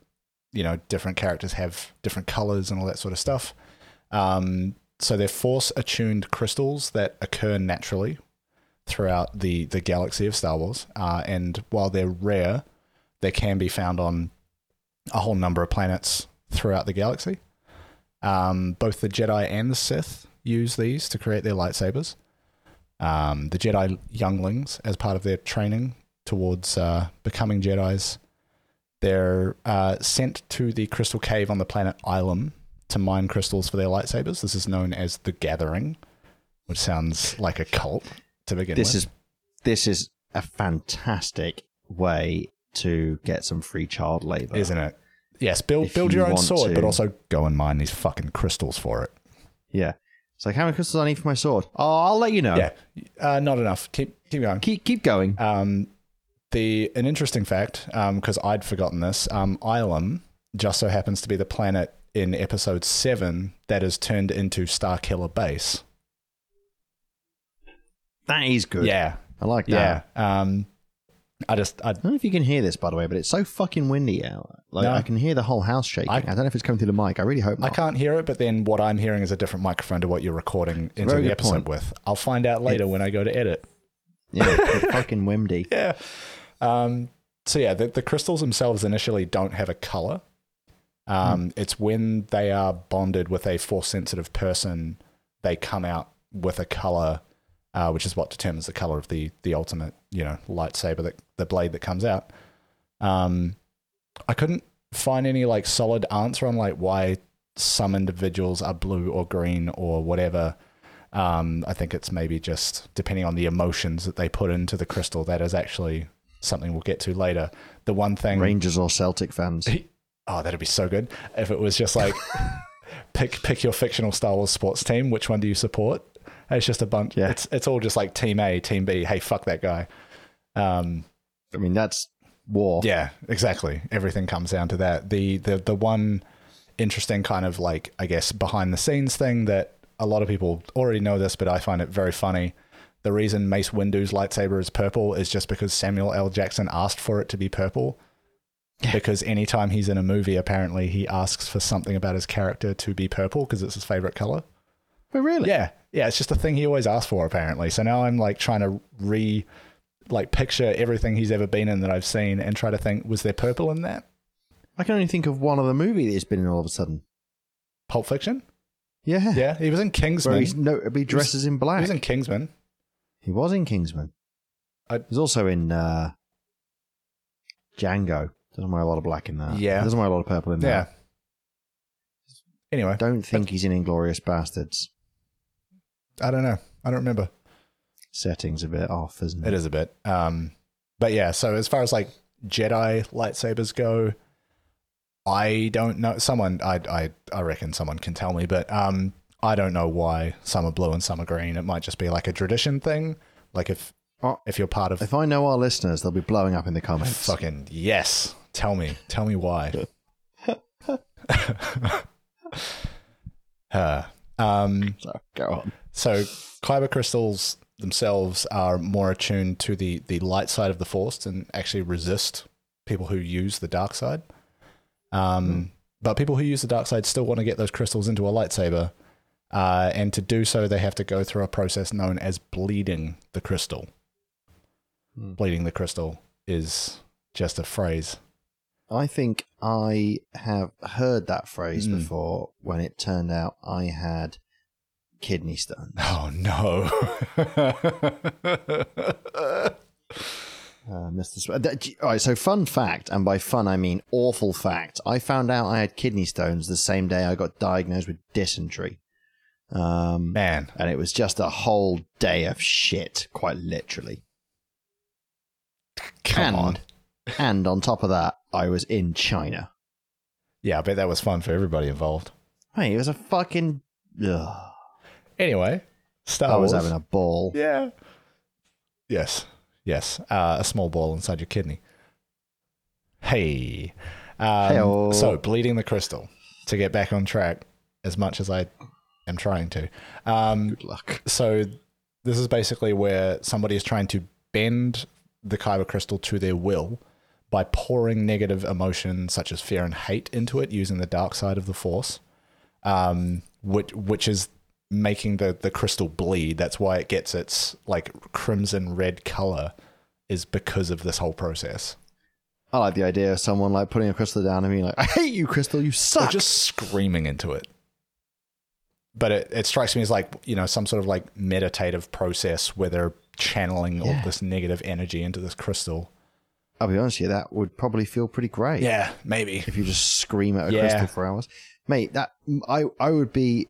S2: you know different characters have different colors and all that sort of stuff. Um, so they're force attuned crystals that occur naturally throughout the the galaxy of Star Wars. Uh, and while they're rare, they can be found on a whole number of planets throughout the galaxy. Um, both the Jedi and the Sith use these to create their lightsabers. Um, the Jedi younglings, as part of their training towards uh, becoming Jedi's, they're uh, sent to the crystal cave on the planet Ilum to mine crystals for their lightsabers. This is known as the Gathering, which sounds like a cult to begin with.
S1: This is this is a fantastic way to get some free child labor.
S2: isn't it? Yes, build
S1: If
S2: build
S1: you
S2: your own
S1: want
S2: sword, but
S1: to-
S2: also go and mine these fucking crystals for it.
S1: Yeah. It's like how many crystals I need for my sword. Oh, I'll let you know.
S2: Yeah, uh, not enough. Keep keep going.
S1: Keep keep going.
S2: Um, the an interesting fact, because I'd forgotten this. Um, Ilum just so happens to be the planet in Episode Seven that is turned into Starkiller Base.
S1: that is good.
S2: Yeah,
S1: I like that.
S2: yeah. Uh, Um, I just I
S1: I don't know if you can hear this, by the way, but it's so fucking windy out. Like
S2: No.
S1: I can hear the whole house shaking. I,
S2: I-
S1: don't know if it's coming through the mic. I really hope
S2: I
S1: not.
S2: can't hear it, but then what I'm hearing is a different microphone to what you're recording into
S1: very
S2: the
S1: good
S2: episode
S1: point.
S2: with. I'll find out later when I go to edit.
S1: Yeah, it's fucking windy.
S2: yeah. Um, so yeah, the, the crystals themselves initially don't have a color. Um, It's when they are bonded with a force sensitive person, they come out with a color, uh, which is what determines the color of the the ultimate, you know, lightsaber that the blade that comes out. Um, I couldn't find any like solid answer on like why some individuals are blue or green or whatever. Um, I think it's maybe just depending on the emotions that they put into the crystal. That is actually something we'll get to later. The one thing
S1: Rangers or Celtic fans.
S2: Oh, that'd be so good if it was just like pick pick your fictional Star Wars sports team. Which one do you support? And It's just a bunch.
S1: Yeah.
S2: It's it's all just like team A, team B. Hey, fuck that guy. Um,
S1: I mean, that's war.
S2: yeah, exactly. Everything comes down to that. The the the one interesting kind of like I guess behind the scenes thing that a lot of people already know this, but I find it very funny. The reason Mace Windu's lightsaber is purple is just because Samuel L. Jackson asked for it to be purple. Because anytime he's in a movie, apparently he asks for something about his character to be purple because it's his favorite color.
S1: But really?
S2: Yeah, yeah, it's just a thing he always asked for apparently. So now I'm like trying to re, like picture everything he's ever been in that I've seen and try to think was there purple in that
S1: I can only think of one other movie that he's been in all of a sudden.
S2: Pulp Fiction?
S1: Yeah.
S2: Yeah, he was in
S1: Where
S2: Kingsman.
S1: he's notably dresses in
S2: he
S1: black.
S2: was in Kingsman.
S1: He was in Kingsman.
S2: I-
S1: He's also in uh, Django. Doesn't wear a lot of black in that.
S2: Yeah.
S1: Doesn't wear a lot of purple in
S2: Yeah.
S1: that.
S2: Anyway,
S1: I don't think he's in Inglorious Bastards.
S2: I don't know. I don't remember.
S1: Setting's a bit off, isn't it?
S2: It is a bit. Um, but yeah, so as far as like Jedi lightsabers go, I don't know. Someone, I, I, I reckon someone can tell me, but um, I don't know why some are blue and some are green. It might just be like a tradition thing. Like if
S1: Oh.
S2: if you're part of
S1: If I know our listeners, they'll be blowing up in the comments.
S2: fucking yes, tell me, tell me why. uh, um,
S1: So, go on.
S2: so kyber crystals themselves are more attuned to the the light side of the force and actually resist people who use the dark side. Um,
S1: Hmm.
S2: But people who use the dark side still want to get those crystals into a lightsaber, uh, and to do so, they have to go through a process known as bleeding the crystal.
S1: Hmm.
S2: Bleeding the crystal is just a phrase.
S1: I think I have heard that phrase
S2: Mm.
S1: before when it turned out I had kidney stones.
S2: Oh no!
S1: Uh, Mr. Sp- that- gee- all right, so fun fact, and by fun I mean awful fact. I found out I had kidney stones the same day I got diagnosed with dysentery. Um,
S2: Man,
S1: and it was just a whole day of shit, quite literally.
S2: come
S1: and,
S2: on.
S1: and on top of that, I was in China.
S2: Yeah, I bet that was fun for everybody involved.
S1: Hey, it was a fucking. Ugh.
S2: Anyway, Star
S1: I was
S2: Wars.
S1: having a ball.
S2: yeah. Yes. Yes. Uh, a small ball inside your kidney. Hey. Um,
S1: Hey-o.
S2: so, bleeding the crystal to get back on track as much as I am trying to. Um,
S1: Good luck.
S2: so, this is basically where somebody is trying to bend the kyber crystal to their will by pouring negative emotions such as fear and hate into it using the dark side of the force um, which which is making the the crystal bleed. That's why it gets its like crimson red color, is because of this whole process.
S1: I like the idea of someone like putting a crystal down and being like, "I hate you, crystal. You
S2: Or
S1: suck."
S2: just screaming into it. But it, it strikes me as like you know some sort of like meditative process where they're channeling all
S1: Yeah.
S2: this negative energy into this crystal.
S1: I'll be honest with you, that would probably feel pretty great.
S2: Yeah, maybe.
S1: if you just scream at a
S2: Yeah.
S1: crystal for hours, mate. That I I would be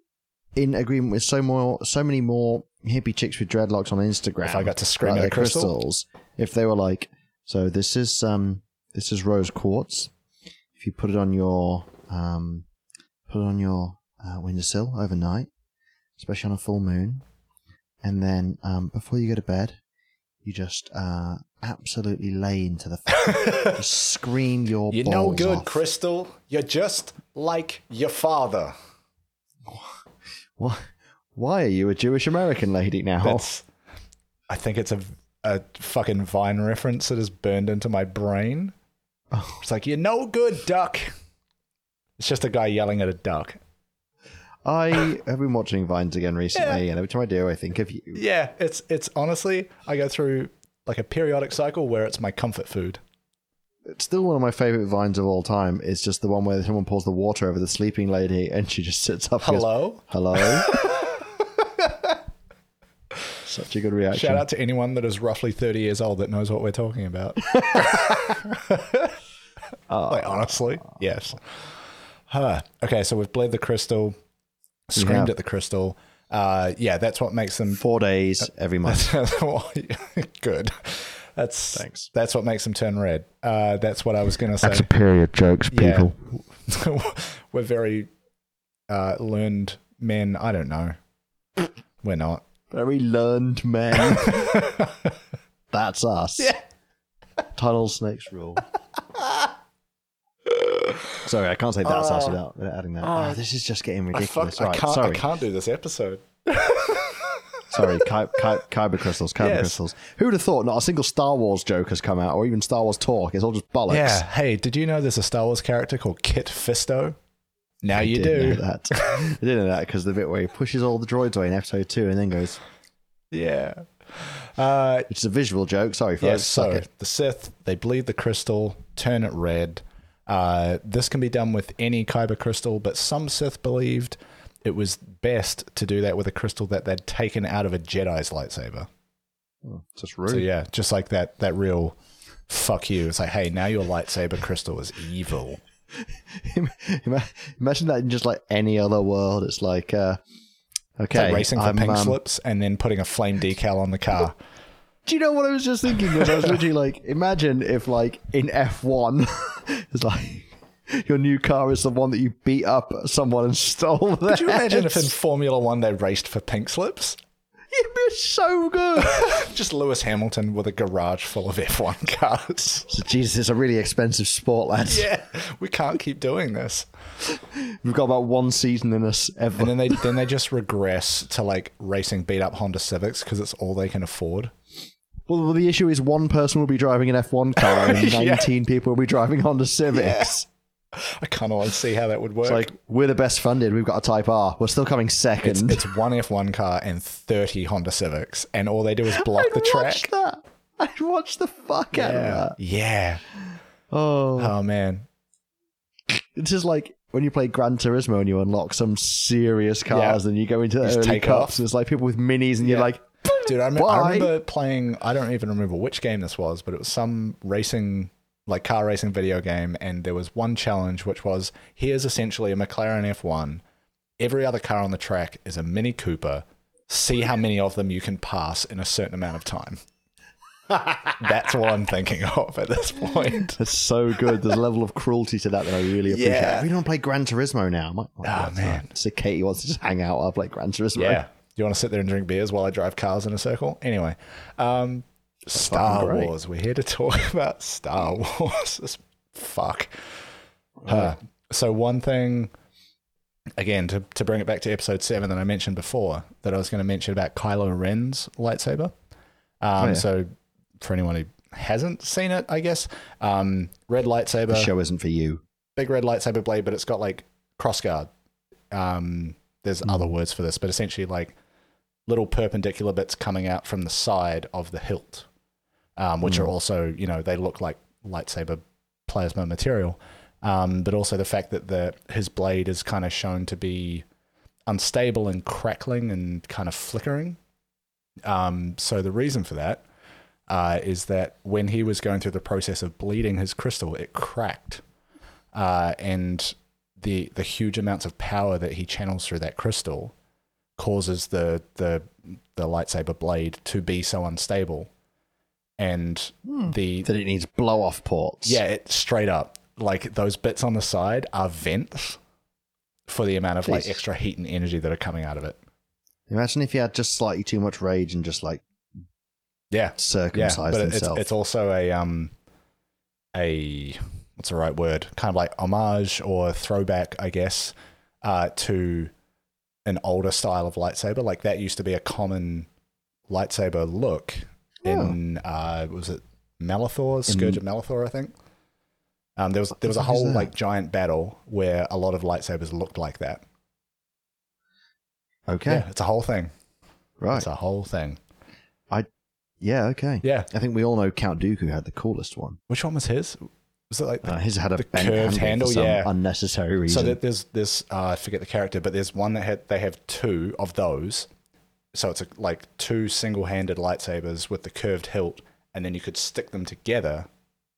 S1: in agreement with so more so many more hippie chicks with dreadlocks on Instagram.
S2: If I got to scream
S1: about
S2: at a
S1: their
S2: crystal?
S1: crystals, if they were like, so this is um this is rose quartz. If you put it on your um put it on your uh, windowsill overnight, especially on a full moon, and then um before you go to bed, you just uh absolutely lay into the. just scream your
S2: You're no
S1: balls
S2: good,
S1: off.
S2: Crystal. You're just like your father.
S1: Why, why are you a Jewish American lady now?
S2: That's, I think it's a, a fucking Vine reference that is burned into my brain.
S1: Oh.
S2: It's like, you're no good, duck. It's just a guy yelling at a duck.
S1: I have been watching Vines again recently, and every time I do, I think of you.
S2: Yeah, it's it's honestly, I go through like a periodic cycle where it's my comfort food.
S1: it's still one of my favorite vines of all time is just the one where someone pours the water over the sleeping lady and she just sits up. and goes,
S2: Hello.
S1: Hello. Such a good reaction.
S2: Shout out to anyone that is roughly 30 years old that knows what we're talking about. like, honestly, yes. Huh. Okay, so we've bled the crystal,
S1: have.
S2: screamed at the crystal. Uh, yeah, that's what makes them.
S1: Four days every month.
S2: Good. That's
S1: Thanks.
S2: That's what makes them turn red. Uh, that's what I was going to say.
S1: period jokes,
S2: Yeah. We're very uh, learned men. I don't know. We're not.
S1: Very learned men. That's us.
S2: Yeah.
S1: Tunnel snakes rule. sorry, I can't say that's us without without adding that. Oh, this is just getting ridiculous.
S2: I
S1: right,
S2: can't.
S1: sorry,
S2: I can't do this episode.
S1: sorry. Ki- ki- kyber crystals, kyber
S2: Yes.
S1: crystals. Who would have thought? Not a single Star Wars joke has come out, or even Star Wars talk. It's all just bollocks.
S2: Yeah. Hey, did you know there's a Star Wars character called Kit Fisto? Now you
S1: didn't
S2: do.
S1: know that. I didn't know that because the bit where he pushes all the droids away in episode two, and then goes,
S2: Yeah. Uh,
S1: which is a visual joke. Sorry, folks.
S2: yeah.
S1: Suck
S2: So
S1: it.
S2: the Sith they bleed the crystal, turn it red. Uh, this can be done with any kyber crystal, but some Sith believed it was best to do that with a crystal that they'd taken out of a Jedi's lightsaber.
S1: It's just rude.
S2: So yeah, just like that that real fuck you. It's like, hey, now your lightsaber crystal is evil.
S1: Ima- ima- Imagine that in just like any other world. It's like, uh,
S2: It's
S1: okay,
S2: like racing for
S1: I'm,
S2: pink
S1: um,
S2: slips and then putting a flame decal on the car.
S1: Do you know what I was just thinking? Was I was literally like, imagine if like in F1, it's like your new car is the one that you beat up someone and stole.
S2: Could you imagine if in Formula One they raced for pink slips?
S1: It'd be so good.
S2: Just Lewis Hamilton with a garage full of F1 cars.
S1: So, Jesus, it's a really expensive sport, lads.
S2: yeah, we can't keep doing this.
S1: We've got about one season in us ever.
S2: And then they then they just regress to like racing beat up Honda Civics because it's all they can afford.
S1: Well, the issue is one person will be driving an F1 car and
S2: Yeah.
S1: 19 people will be driving Honda Civics.
S2: I kind of want to see how that would work.
S1: It's like, we're the best funded. We've got a Type R. We're still coming
S2: It's,
S1: second.
S2: it's one F1 car and 30 Honda Civics, and all they do is block
S1: I'd
S2: the
S1: watch
S2: track.
S1: that. I'd watch the fuck out
S2: Yeah.
S1: of that.
S2: yeah.
S1: Oh.
S2: Oh, man.
S1: It's just like when you play Gran Turismo and you unlock some serious cars
S2: Yeah.
S1: and you go into the
S2: just
S1: early
S2: take
S1: cups
S2: off.
S1: and it's like people with minis and you're
S2: Yeah.
S1: like,
S2: Dude, I, rem- I
S1: Why?
S2: remember playing, I don't even remember which game this was, but it was some racing, like car racing video game, and there was one challenge, which was here's essentially a McLaren F1. Every other car on the track is a Mini Cooper. See how many of them you can pass in a certain amount of time. That's what I'm thinking of at this point.
S1: that's so good. There's a level of cruelty to that that I really appreciate.
S2: Yeah. Ah,
S1: We don't play Gran Turismo now. I'm like, oh,
S2: man.
S1: So Katie wants to just hang out. I'll play Gran Turismo.
S2: Yeah. Do you want to sit there and drink beers while I drive cars in a circle? Anyway, um, Star
S1: fucking great.
S2: Wars. We're here to talk about Star Wars. This fuck. Uh, so one thing, again, to, to bring it back to episode seven that I mentioned before, that I was going to mention about Kylo Ren's lightsaber. Um,
S1: Oh, yeah.
S2: So for anyone who hasn't seen it, I guess, um, red
S1: The
S2: lightsaber
S1: show isn't for you.
S2: big red lightsaber blade, but it's got like crossguard. Um, there's other words for this, but essentially like little perpendicular bits coming out from the side of the hilt, um, which are also you know they look like lightsaber plasma material, um, but also the fact that the his blade is kind of shown to be unstable and crackling and kind of flickering. Um, so the reason for that uh, is that when he was going through the process of bleeding his crystal, it cracked uh, and the the huge amounts of power that he channels through that crystal causes the the the lightsaber blade to be so unstable, and the
S1: That it needs blow off ports.
S2: yeah, it straight up like those bits on the side are vents for the amount of like
S1: Jeez.
S2: extra heat and energy that are coming out of it.
S1: Imagine if he had just slightly too much rage and just like
S2: Yeah, yeah,
S1: circumcised
S2: but it- it's,
S1: himself.
S2: it's also a um a what's the right word? Kind of like homage or throwback, I guess, uh, to an older style of lightsaber. Like that used to be a common lightsaber look in
S1: Oh.
S2: uh, was it Malathor, Scourge of Malathor, I think. Um, there was there was a
S1: the fuck is
S2: whole
S1: that?
S2: like giant battle where a lot of lightsabers looked like that.
S1: okay,
S2: Yeah, it's a whole thing.
S1: right.
S2: It's a whole thing.
S1: Yeah, okay.
S2: Yeah.
S1: I think we all know Count Dooku had the coolest one.
S2: Which one was his? was it like the
S1: Uh, his had a
S2: The
S1: bent
S2: curved
S1: handle,
S2: handle,
S1: for some
S2: yeah.
S1: unnecessary
S2: So
S1: reason.
S2: that there's this uh, I forget the character, but there's one that had they have two of those. So it's a, like two single-handed lightsabers with the curved hilt, and then you could stick them together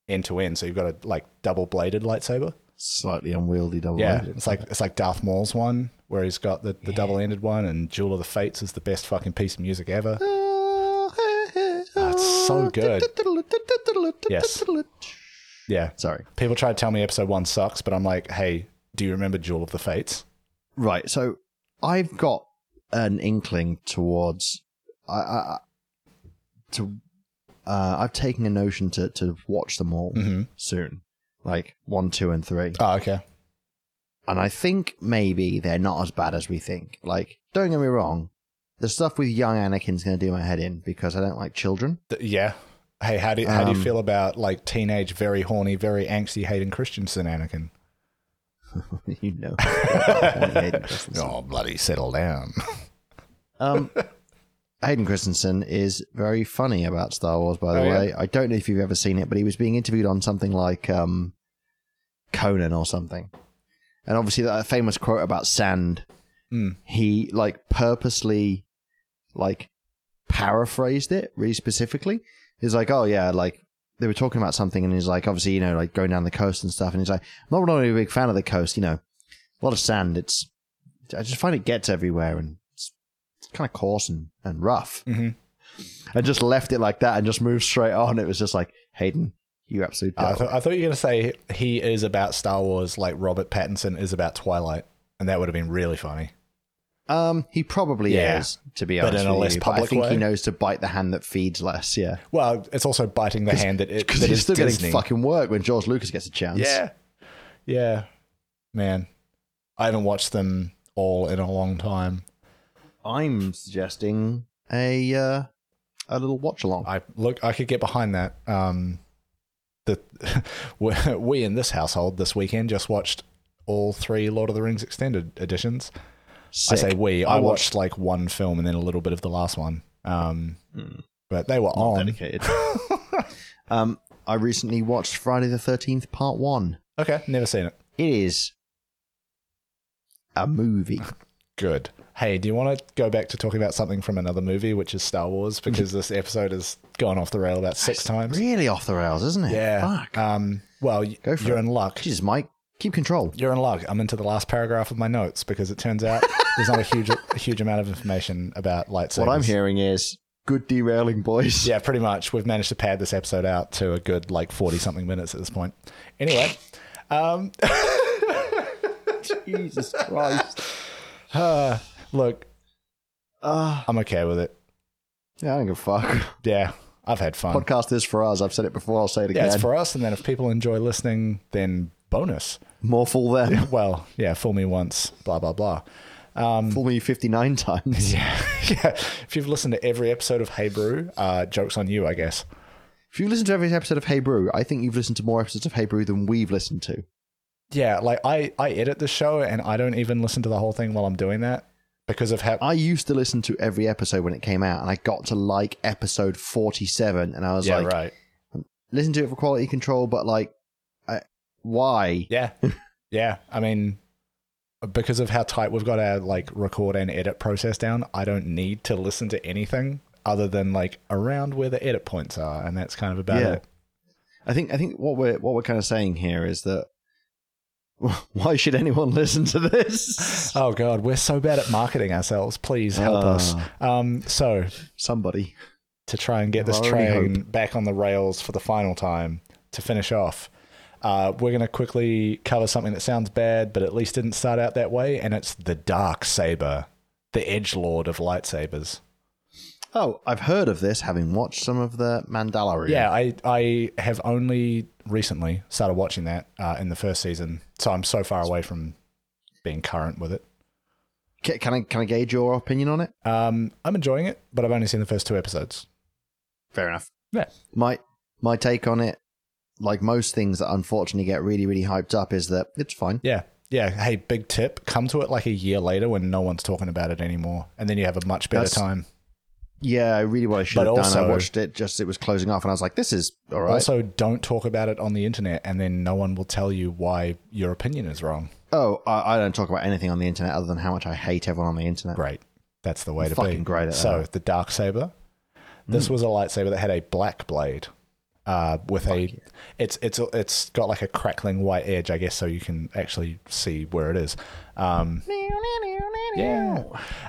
S2: end to end. So you've got a like double-bladed lightsaber.
S1: Slightly unwieldy double.
S2: Yeah, it's like it's like Darth Maul's one where he's got the, the double-ended one, and Jewel of the Fates is the best fucking piece of music ever. it's so good. Yes. Yeah,
S1: Sorry.
S2: people try to tell me Episode One sucks, but I'm like, hey, do you remember Jewel of the Fates?
S1: Right. So I've got an inkling towards. I, I I- to. Uh, I've taken a notion to to watch them all
S2: Mm-hmm.
S1: soon, like one, two, and three.
S2: Oh, okay.
S1: and I think maybe they're not as bad as we think. Like, don't get me wrong, the stuff with young Anakin's going to do my head in because I don't like children.
S2: Th- Yeah. Hey, how do you, how do you
S1: Um,
S2: feel about like teenage, very horny, very angsty Hayden Christensen Anakin?
S1: you know, Hayden Christensen.
S2: oh, bloody settle down.
S1: Um, Hayden Christensen is very funny about Star Wars, by the
S2: Oh, yeah?
S1: way. I don't know if you've ever seen it, but he was being interviewed on something like um, Conan or something. And obviously, that famous quote about sand,
S2: Hmm.
S1: he like purposely like paraphrased it really specifically. He's like, oh yeah, like they were talking about something, and he's like, obviously, you know, like going down the coast and stuff. And he's like, I'm not really a big fan of the coast, you know, a lot of sand. It's I just find it gets everywhere and it's, it's kind of coarse and, and rough.
S2: Mhm.
S1: I just left it like that and just moved straight on. It was just like Hayden, you absolute.
S2: I,
S1: devil.
S2: thought I thought you were going to say he is about Star Wars, like Robert Pattinson is about Twilight, and that would have been really funny.
S1: um, he probably
S2: Yeah.
S1: is, to be
S2: But
S1: honest.
S2: in a
S1: with
S2: less
S1: you, I
S2: public
S1: think
S2: way?
S1: he knows to bite the hand that feeds less. Yeah,
S2: Well, it's also biting the hand that it
S1: because
S2: that
S1: he's
S2: is
S1: still
S2: Disney.
S1: getting fucking work when George Lucas gets a chance.
S2: Yeah, yeah, man. I haven't watched them all in a long time.
S1: I'm suggesting a uh, a little watch along.
S2: I look, I could get behind that. Um, the we- we in this household this weekend just watched all three Lord of the Rings extended editions. I say we. I,
S1: I
S2: watched like one film and then a little bit of the last one. Um,
S1: Hmm.
S2: but they were on.
S1: dedicated. um, I recently watched Friday the Thirteenth Part One.
S2: Okay, never seen it.
S1: It is a movie.
S2: Good. Hey, do you want to go back to talking about something from another movie, which is Star Wars, because this episode has gone off the rail about six times.
S1: Really off the rails, isn't it?
S2: Yeah.
S1: Fuck.
S2: Um. Well, y-
S1: Go for
S2: you're
S1: it.
S2: in luck.
S1: Jesus, Mike, keep control.
S2: You're in luck. I'm into the last paragraph of my notes because it turns out there's not a huge a huge amount of information about lightsabers.
S1: What I'm hearing is good derailing, boys.
S2: Yeah, pretty much. We've managed to pad this episode out to a good like 40 something minutes at this point. Anyway, um,
S1: Jesus Christ.
S2: uh, look,
S1: Uh,
S2: I'm okay with it.
S1: yeah, I don't give a fuck.
S2: Yeah, I've had fun.
S1: Podcast is for us. I've said it before. I'll say it
S2: yeah,
S1: again.
S2: it's for us. And then if people enjoy listening, then bonus.
S1: More fool them.
S2: Well, yeah, fool me once, blah, blah, blah.
S1: Fool me 59 times.
S2: Yeah. yeah. If you've listened to every episode of Hey Brew, uh, joke's on you, I guess.
S1: If you listen to every episode of Hey Brew, I think you've listened to more episodes of Hey Brew than we've listened to.
S2: Yeah, like I, I edit the show and I don't even listen to the whole thing while I'm doing that because of how.
S1: I used to listen to every episode when it came out, and I got to like episode 47, and I was
S2: yeah,
S1: like,
S2: right.
S1: listen to it for quality control, but like, I, why?
S2: Yeah. Yeah. I mean, because of how tight we've got our like record and edit process down, I don't need to listen to anything other than like around where the edit points are. And that's kind of about
S1: Yeah.
S2: it.
S1: I think I think what we're what we're kind of saying here is that why should anyone listen to this?
S2: Oh, God. We're so bad at marketing ourselves. Please help us.
S1: Ah.
S2: Um, so,
S1: Somebody.
S2: to try and get this
S1: Well, I really
S2: train back on the rails for the final time to finish off. Uh, we're going to quickly cover something that sounds bad, but at least didn't start out that way, and it's the dark saber, the edge lord of lightsabers.
S1: Oh, I've heard of this having watched some of the Mandalorian.
S2: Yeah, I I have only recently started watching that uh, in the first season, so I'm so far away from being current with it.
S1: Ca- Can I can I gauge your opinion on it?
S2: Um, I'm enjoying it, but I've only seen the first two episodes.
S1: Fair enough.
S2: Yeah.
S1: My my take on it, like most things that unfortunately get really really hyped up, is that it's fine.
S2: Yeah. Yeah. Hey, big tip. Come to it like a year later when no one's talking about it anymore. And then you have a much better
S1: That's-
S2: time.
S1: yeah, I really what I should
S2: But
S1: have done. I
S2: also-
S1: watched it just it was closing off, and I was like, "This is all right."
S2: Also, don't talk about it on the internet, and then no one will tell you why your opinion is wrong.
S1: oh, I, I don't talk about anything on the internet other than how much I hate everyone on the internet.
S2: Great, that's the way to
S1: Fucking
S2: be.
S1: great at that.
S2: so
S1: Hmm.
S2: the dark saber. This was a lightsaber that had a black blade, uh, with a it's it's it's got like a crackling white edge, I guess, so you can actually see where it is. Um, yeah.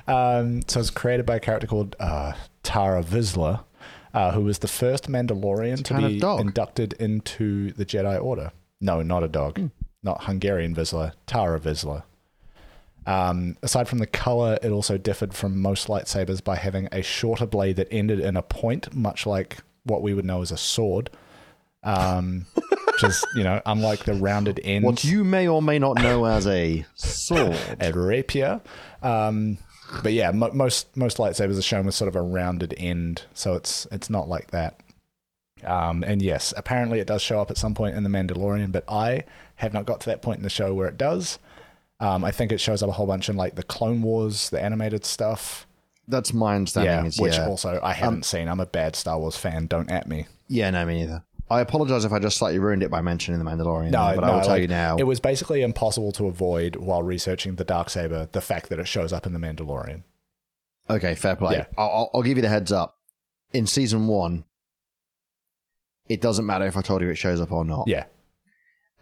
S2: Um, so it's created by a character called uh, Tara Vizsla, uh, who was the first Mandalorian to
S1: kind of
S2: be
S1: dog.
S2: inducted into the Jedi Order. No, not a dog.
S1: Hmm.
S2: Not Hungarian Vizsla, Tara Vizsla. Um, aside from the color, it also differed from most lightsabers by having a shorter blade that ended in a point, much like what we would know as a sword. Um, just you know, unlike the rounded ends
S1: What you may or may not know as a sword.
S2: a rapier. Um, but yeah, mo- most most lightsabers are shown with sort of a rounded end, so it's it's not like that. Um, and yes, apparently it does show up at some point in the Mandalorian, but I have not got to that point in the show where it does. Um, I think it shows up a whole bunch in like the Clone Wars, the animated stuff.
S1: That's my understanding.
S2: Yeah, Um,
S1: is,
S2: which
S1: yeah.
S2: also I haven't seen. I'm a bad Star Wars fan. Don't at me.
S1: Yeah, no, me neither. I apologize if I just slightly ruined it by mentioning the Mandalorian,
S2: No,
S1: but
S2: no,
S1: I will tell
S2: like,
S1: you now.
S2: It was basically impossible to avoid while researching the dark saber the fact that it shows up in the Mandalorian.
S1: okay, fair play.
S2: Yeah.
S1: I'll, I'll, I'll give you the heads up. In season one, it doesn't matter if I told you it shows up or not,
S2: Yeah,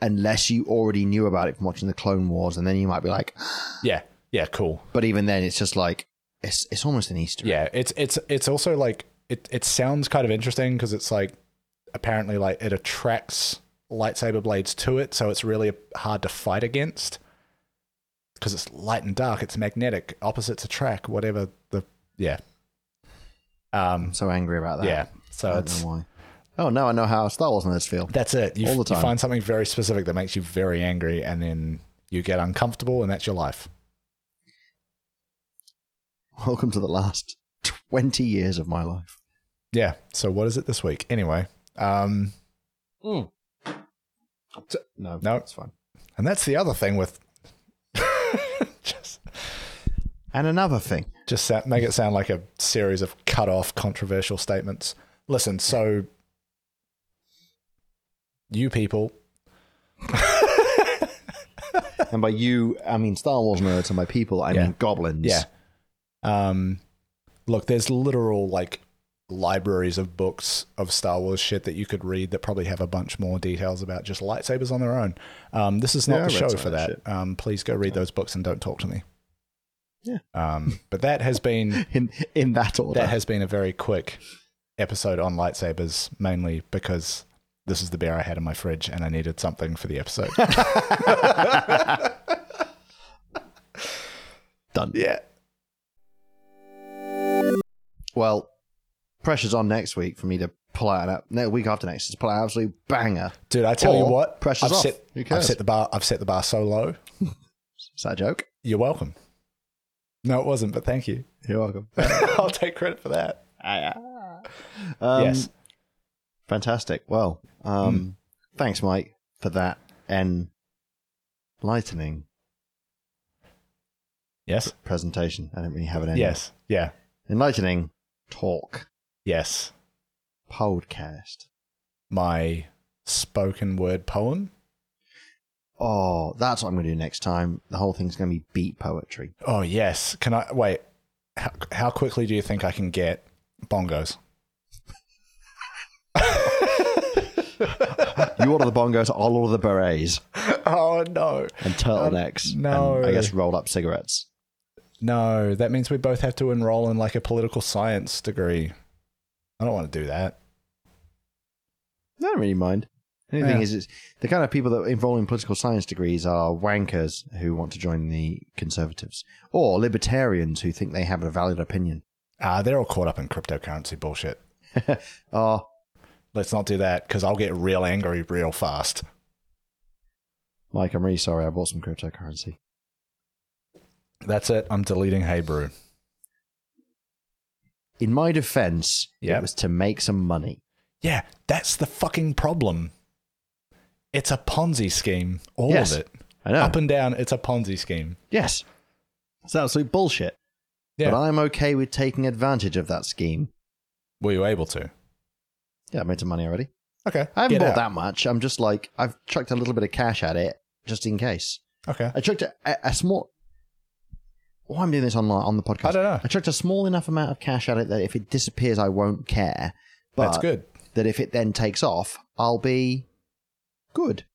S1: unless you already knew about it from watching the Clone Wars, and then you might be like,
S2: yeah, yeah. Cool.
S1: but even then, it's just like it's it's almost an Easter. egg.
S2: Yeah, it's it's it's also like it it sounds kind of interesting because it's like apparently like it attracts lightsaber blades to it, so it's really hard to fight against because it's light and dark, it's magnetic, opposites attract, whatever the yeah. Um
S1: I'm so angry about that.
S2: yeah,
S1: I
S2: so
S1: don't
S2: it's
S1: know why. Oh, now I know how Star Wars nerds feel.
S2: that's it. You,
S1: All the
S2: you
S1: time.
S2: find something very specific that makes you very angry and then you get uncomfortable and that's your life.
S1: Welcome to the last twenty years of my life.
S2: Yeah. So what is it this week? Anyway, um
S1: No,
S2: No.
S1: it's fine.
S2: and that's the other thing with just
S1: And another thing.
S2: just sa make it sound like a series of cut off controversial statements. Listen, so you people,
S1: And by you, I mean Star Wars nerds, and by people, I
S2: Yeah.
S1: mean goblins.
S2: yeah, um, look, there's literal like libraries of books of Star Wars shit that you could read that probably have a bunch more details about just lightsabers on their own. Um, this is not
S1: Yeah, I
S2: the
S1: read
S2: show
S1: some of
S2: for
S1: that
S2: that. Um, please go read those books and don't talk to me.
S1: Yeah.
S2: Um, but that has been
S1: In in that order.
S2: that has been a very quick episode on lightsabers, mainly because this is the beer I had in my fridge and I needed something for the episode.
S1: Done.
S2: yeah.
S1: Well, pressure's on next week for me to pull out an ab- no week after next is pull out an absolute banger.
S2: Dude, I tell you
S1: Or
S2: what,
S1: pressure's
S2: I've
S1: off.
S2: set
S1: Who cares?
S2: I've set the bar I've set the bar so low.
S1: Is that a joke?
S2: You're welcome. No, it wasn't, but thank you.
S1: You're welcome.
S2: I'll take credit for that.
S1: Um,
S2: yes. Hmm.
S1: Fantastic. Well, um, thanks, Mike, for that enlightening
S2: Yes.
S1: presentation. I don't really have it any.
S2: Yes. Yeah.
S1: Enlightening talk
S2: Yes.
S1: podcast.
S2: My spoken word poem.
S1: Oh, that's what I'm going to do next time. The whole thing's going to be beat poetry.
S2: Oh yes. Can I wait? How, how quickly do you think I can get bongos?
S1: You order the bongos, I'll order the berets
S2: Oh no.
S1: and turtlenecks.
S2: no.
S1: and I guess rolled up cigarettes.
S2: No, that means we both have to enroll in like a political science degree. I don't want to do that.
S1: I don't really mind. The only thing
S2: Yeah.
S1: is, it's the kind of people that involved in political science degrees are wankers who want to join the conservatives or libertarians who think they have a valid opinion.
S2: Ah, they're all caught up in cryptocurrency bullshit.
S1: Oh,
S2: Let's not do that because I'll get real angry real fast.
S1: Mike, I'm really sorry. I bought some cryptocurrency.
S2: That's it. I'm deleting Hey Brew.
S1: In my defense,
S2: Yeah.
S1: it was to make some money.
S2: Yeah, that's the fucking problem. It's a Ponzi scheme. All
S1: Yes.
S2: of it.
S1: I know.
S2: Up and down, it's a Ponzi scheme.
S1: yes. It's absolute bullshit.
S2: Yeah.
S1: But I'm okay with taking advantage of that scheme.
S2: Were you able to?
S1: Yeah, I made some money already.
S2: Okay.
S1: I haven't
S2: Get
S1: bought that much. I'm just like, I've chucked a little bit of cash at it just in case.
S2: out. Okay.
S1: I chucked a, a, a small. Why I'm doing this online on the podcast?
S2: I don't know.
S1: I chucked a small enough amount of cash at it that if it disappears, I won't care. But
S2: That's good.
S1: that if it then takes off, I'll be good.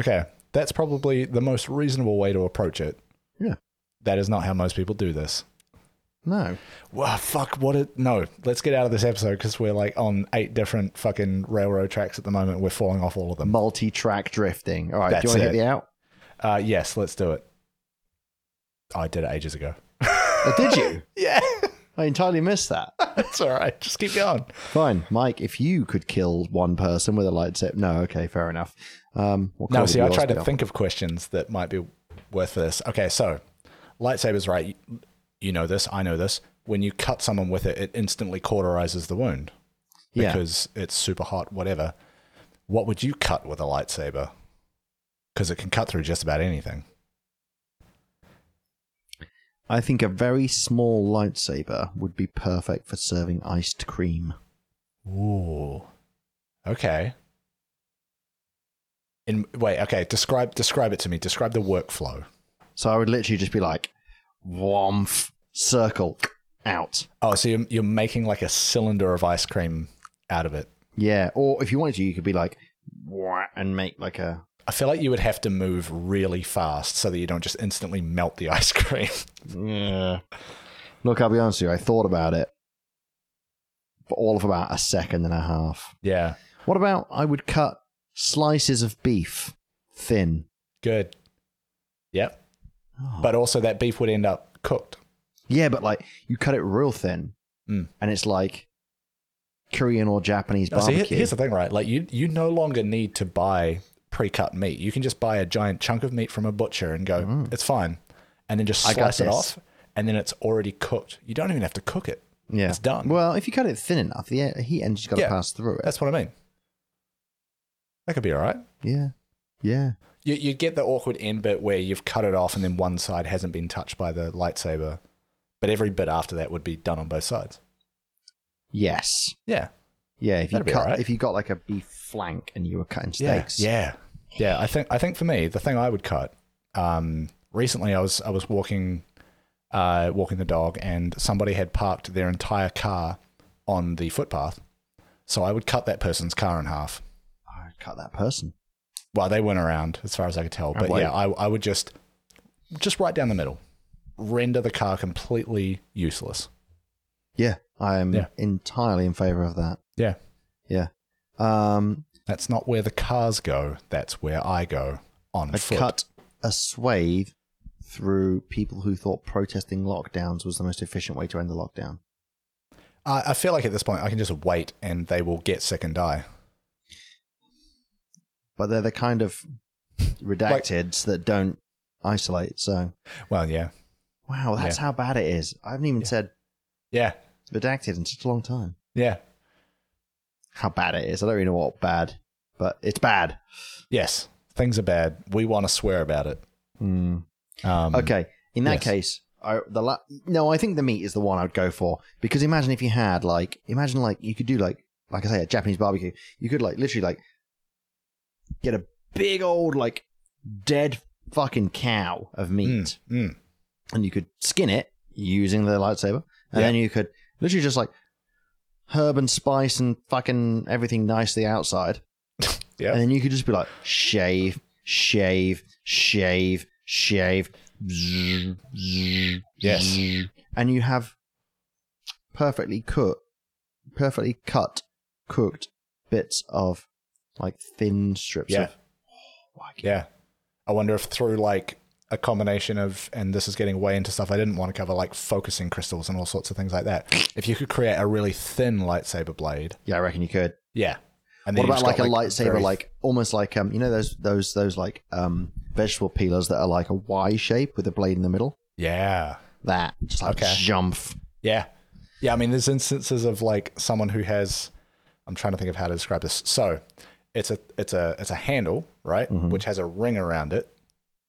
S2: Okay. That's probably the most reasonable way to approach it.
S1: Yeah.
S2: That is not how most people do this.
S1: No.
S2: Well, fuck, what it. No, let's get out of this episode because we're like on eight different fucking railroad tracks at the moment. We're falling off all of them.
S1: Multi track drifting. All right. do
S2: That's
S1: you want to
S2: it.
S1: hit the out?
S2: Uh, yes, let's do it. I did it ages ago.
S1: Oh, did you?
S2: Yeah.
S1: I entirely missed that.
S2: It's all right. Just keep going.
S1: Fine. Mike, if you could kill one person with a lightsaber. No, okay, fair enough. Um, what
S2: No,
S1: colour
S2: see,
S1: would
S2: I
S1: yours
S2: tried
S1: be?
S2: to think of questions that might be worth this. Okay, so lightsabers, right? you- You know this. I know this. When you cut someone with it, it instantly cauterizes the wound
S1: Yeah.
S2: because it's super hot, whatever. What would you cut with a lightsaber? Because it can cut through just about anything.
S1: I think a very small lightsaber would be perfect for serving iced cream.
S2: Ooh. Okay. In wait, okay. Describe describe it to me. Describe the workflow.
S1: So I would literally just be like, womf, circle, out.
S2: Oh, so you're, you're making like a cylinder of ice cream out of it.
S1: Yeah. Or if you wanted to, you could be like, "Wah," and make like a.
S2: I feel like you would have to move really fast so that you don't just instantly melt the ice cream.
S1: Yeah. Look, I'll be honest with you, I thought about it for all of about a second and a half.
S2: yeah.
S1: What about I would cut slices of beef thin?
S2: Good. Yep.
S1: Oh.
S2: But also that beef would end up cooked.
S1: Yeah, but like you cut it real thin,
S2: Mm.
S1: and it's like Korean or Japanese
S2: Now, see,
S1: barbecue.
S2: here- here's the thing, right? Like you you no longer need to buy pre-cut meat. You can just buy a giant chunk of meat from a butcher and go, "It's fine." And then just
S1: Mm. I got
S2: slice it
S1: this.
S2: off and then it's already cooked. You don't even have to cook it.
S1: yeah,
S2: it's done.
S1: Well, if you cut it thin enough, the air- heat engine's got to
S2: Yeah.
S1: pass through it.
S2: That's what I mean. That could be all right.
S1: yeah, yeah,
S2: You, you get the awkward end bit where you've cut it off and then one side hasn't been touched by the lightsaber, but every bit after that would be done on both sides.
S1: yes,
S2: Yeah.
S1: yeah. If you
S2: That'd be
S1: cut,
S2: alright.
S1: if you got like a beef flank and you were cutting
S2: Yeah.
S1: steaks,
S2: Yeah. Yeah. I think I think for me the thing I would cut. Um, recently I was I was walking, uh, walking the dog and somebody had parked their entire car on the footpath, so I would cut that person's car in half.
S1: I'd cut that person.
S2: Well, they weren't around as far as I could tell, but
S1: wait.
S2: yeah, I I would just just right down the middle, render the car completely useless.
S1: Yeah, I'm
S2: Yeah.
S1: entirely in favor of that.
S2: Yeah.
S1: Yeah, um,
S2: That's not where the cars go. That's where I go on
S1: I
S2: foot.
S1: cut a swathe through people who thought protesting lockdowns was the most efficient way to end the lockdown.
S2: I, I feel like at this point I can just wait and they will get sick and die.
S1: But they're the kind of redacteds that don't isolate. So,
S2: Well, yeah.
S1: wow, that's how bad it is. I haven't even said
S2: Yeah.
S1: redacted in such a long time.
S2: Yeah.
S1: How bad it is. I don't really know what bad, but it's bad.
S2: Yes. Things are bad. We want to swear about it.
S1: Hmm.
S2: Um,
S1: Okay. In that
S2: Yes.
S1: case, I, the la- no, I think the meat is the one I'd go for because imagine if you had like imagine like you could do like like I say a Japanese barbecue. You could like literally like get a big old like dead fucking cow of meat
S2: mm, mm.
S1: and you could skin it using the lightsaber and
S2: Yeah.
S1: then you could literally just like herb and spice and fucking everything nice the outside.
S2: Yeah.
S1: And then you could just be like shave, shave, shave, shave. zzz, zzz,
S2: Yes.
S1: zzz, And you have perfectly cut perfectly cut cooked bits of like thin strips
S2: Yeah.
S1: of like,
S2: Yeah. I wonder if through like a combination of, and this is getting way into stuff I didn't want to cover, like focusing crystals and all sorts of things like that. If you could create a really thin lightsaber blade.
S1: yeah, I reckon you could.
S2: Yeah. And
S1: What
S2: then you
S1: about
S2: just
S1: like a
S2: got,
S1: lightsaber,
S2: very-
S1: like almost like um, you know those those those like um vegetable peelers that are like a Y shape with a blade in the middle?
S2: Yeah.
S1: That just like
S2: Okay.
S1: jump.
S2: Yeah. Yeah. I mean, there's instances of like someone who has, I'm trying to think of how to describe this. So it's a, it's a, it's a handle, right? Which has a ring around it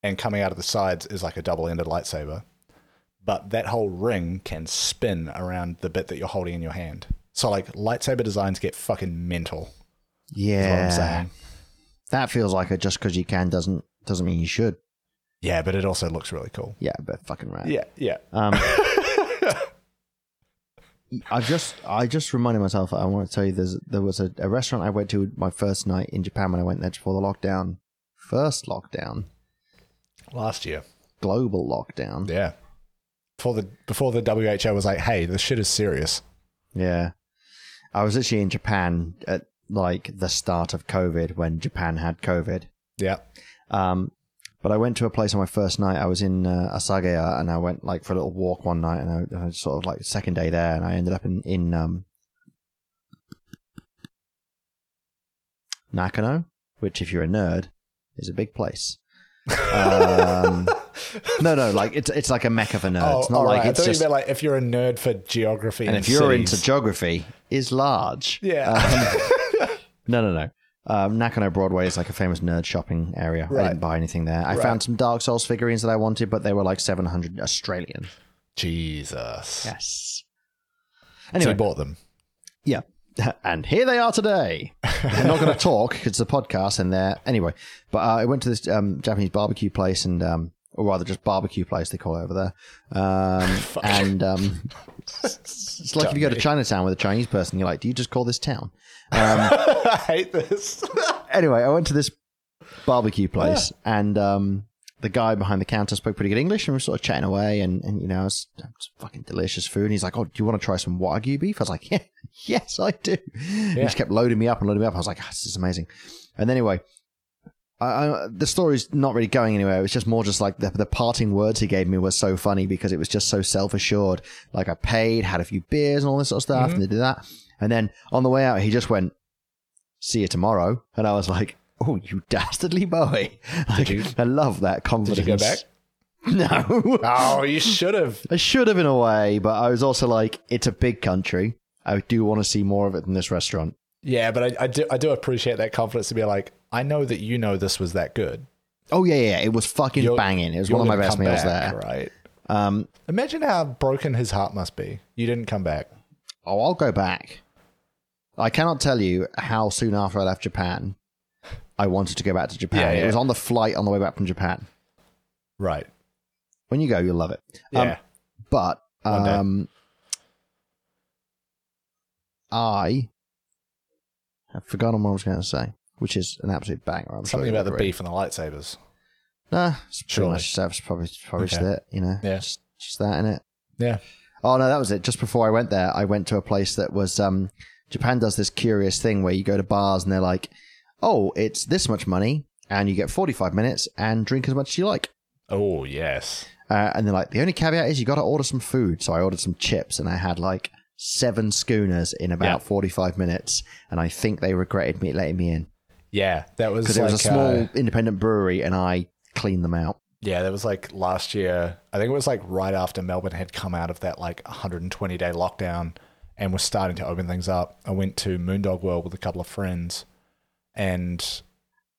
S2: and coming out of the sides is like a double ended lightsaber. but that whole ring can spin around the bit that you're holding in your hand. So like lightsaber designs get fucking mental. Is what I'm
S1: Yeah,
S2: saying.
S1: that feels like a just because you can doesn't doesn't mean you should.
S2: Yeah, but it also looks really cool.
S1: Yeah, but fucking right.
S2: Yeah, yeah.
S1: Um, I've just I just reminded myself. I want to tell you there's there was a, a restaurant I went to my first night in Japan when I went there before the lockdown, first lockdown,
S2: Last year.
S1: global lockdown.
S2: Yeah. Before the before the WHO was like, hey, this shit is serious.
S1: Yeah, I was actually in Japan at like the start of COVID when Japan had COVID.
S2: Yeah.
S1: Um, but I went to a place on my first night. I was in uh, Asagaya, and I went like for a little walk one night, and I, and I sort of like second day there, and I ended up in in um, Nakano, which if you're a nerd is a big place. Um, no, no, like it's it's like a mecca for nerds.
S2: oh,
S1: It's not
S2: all
S1: like
S2: right. I
S1: it's
S2: thought
S1: just.
S2: you meant like if you're a nerd for geography
S1: and
S2: and
S1: if you're
S2: cities.
S1: into Uh, geography, is large.
S2: Yeah.
S1: No, no, no. Um, Nakano Broadway is like a famous nerd shopping area. I
S2: Right.
S1: didn't buy anything there. I
S2: Right.
S1: found some Dark Souls figurines that I wanted, but they were like 700 Australian.
S2: Jesus.
S1: Yes.
S2: So you
S1: Anyway,
S2: bought them.
S1: yeah. And here they are today. I'm not going to talk 'cause it's a podcast, and they're anyway. But uh, I went to this um, Japanese barbecue place, and um, or rather, just barbecue place they call it over there. Um, and um, it's like if you go to Chinatown with a Chinese person, you're like, "Do you just call this town?" Um,
S2: I hate this.
S1: anyway, I went to this barbecue place, and um, the guy behind the counter spoke pretty good English, and we were sort of chatting away, and, and you know, it's, it's fucking delicious food. And he's like, "Oh, do you want to try some wagyu beef?" I was like, "Yeah, yes, I do." He just kept loading me up and loading me up. I was like, "Ah, "This is amazing." And anyway. I, I, the story's not really going anywhere. It was just more just like the, the parting words he gave me were so funny because it was just so self assured. Like I paid, had a few beers and all this sort of stuff,
S2: Mm-hmm.
S1: and they did that. And then on the way out, he just went, see you tomorrow. And I was like, oh, you dastardly boy. Like,
S2: you-
S1: I love that confidence.
S2: Did you go back?
S1: No.
S2: Oh, you should have.
S1: I should have in a way, but I was also like, it's a big country. I do want to see more of it than this restaurant.
S2: Yeah, but I, I do I do appreciate that confidence to be like, I know that you know this was that good.
S1: Oh, yeah, yeah. It was fucking
S2: You're-
S1: banging. It was
S2: You're
S1: one of my
S2: gonna
S1: best
S2: come
S1: meals
S2: back,
S1: there.
S2: Right.
S1: Um,
S2: Imagine how broken his heart must be. You didn't come back.
S1: oh, I'll go back. I cannot tell you how soon after I left Japan, I wanted to go back to Japan.
S2: Yeah,
S1: It
S2: yeah.
S1: was on the flight on the way back from Japan.
S2: Right.
S1: When you go, you'll love it.
S2: Yeah.
S1: Um, but
S2: One day.
S1: um, I have forgotten what I was going to say, which is an absolute banger. I'm
S2: Something
S1: sure
S2: about the
S1: you'll agree.
S2: beef and the lightsabers.
S1: Nah, it's pretty
S2: Surely.
S1: much that's probably probably just
S2: Okay.
S1: it. You know,
S2: Yeah.
S1: just, just that in it.
S2: Yeah.
S1: Oh no, that was it. Just before I went there, I went to a place that was um, Japan does this curious thing where you go to bars and they're like, "Oh, it's this much money, and you get 45 minutes and drink as much as you like."
S2: Oh yes.
S1: Uh, and they're like, the only caveat is you got to order some food. So I ordered some chips and I had like seven schooners in about
S2: Yeah.
S1: 45 minutes. And I think they regretted me letting me in
S2: Yeah. That was
S1: because
S2: like
S1: it was a
S2: uh,
S1: small independent brewery and I cleaned them out.
S2: Yeah, that was like last year. I think it was like right after Melbourne had come out of that like 120 day lockdown and was starting to open things up. I went to Moondog World with a couple of friends. And,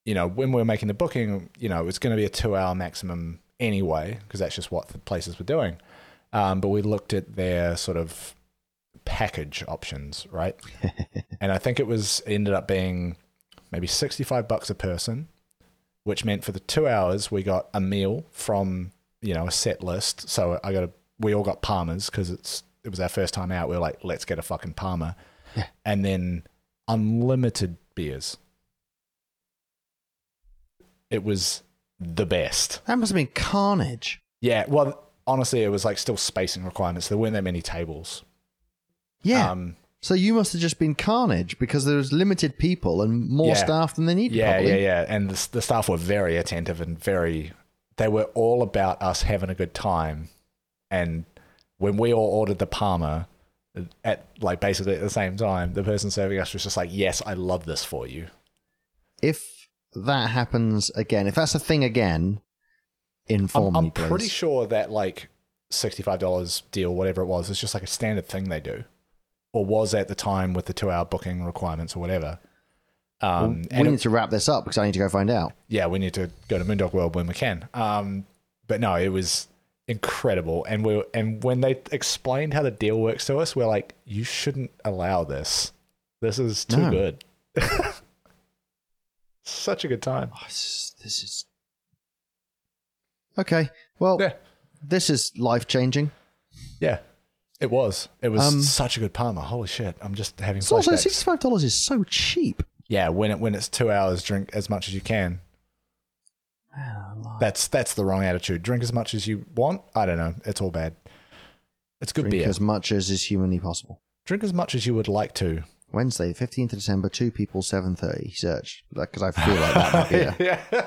S2: you know, when we were making the booking, you know, it's going to be a two hour maximum anyway, because that's just what the places were doing. Um, but we looked at their sort of package options, right? and I think it was ended up being maybe 65 bucks a person which meant for the two hours we got a meal from you know a set list. So I got a we all got palmers because it's it was our first time out. We were like, let's get a fucking palmer, and then unlimited beers. It was the best.
S1: That must have been carnage.
S2: Yeah. Well, honestly, it was like still spacing requirements. There weren't that many tables.
S1: Yeah.
S2: Um,
S1: so you must have just been carnage because there was limited people and more
S2: Yeah.
S1: staff than they needed.
S2: Yeah,
S1: probably.
S2: yeah, yeah. And the, the staff were very attentive and very, they were all about us having a good time. And when we all ordered the Palmer uh, at like basically at the same time, the person serving us was just like, yes, I love this for you.
S1: If that happens again, if that's a thing again, inform
S2: I'm, I'm
S1: me, please.
S2: pretty sure that like $65 deal, whatever it was, is just like a standard thing they do. Or was at the time with the two hour booking requirements or whatever. Um,
S1: we
S2: and it-
S1: need to wrap this up because I need to go find out.
S2: yeah, we need to go to Moondog World when we can. Um, but no, it was incredible. And we and when they explained how the deal works to us, we're like, you shouldn't allow this. This is too
S1: No.
S2: good. Such a good time.
S1: Oh, this, is, this is okay. Well,
S2: Yeah,
S1: this is life changing.
S2: yeah. It was. It was
S1: Um,
S2: such a good Palmer. Holy shit! I'm just having
S1: It's also
S2: flashbacks.
S1: sixty five dollars is so cheap.
S2: yeah, when it when it's two hours, drink as much as you can.
S1: Ah,
S2: That's that's the wrong attitude. Drink as much as you want. I don't know. It's all bad. It's good
S1: Drink
S2: beer.
S1: as much as is humanly possible.
S2: drink as much as you would like to.
S1: Wednesday, fifteenth of December, two people, seven thirty. Search because I feel like that might be. it.
S2: yeah.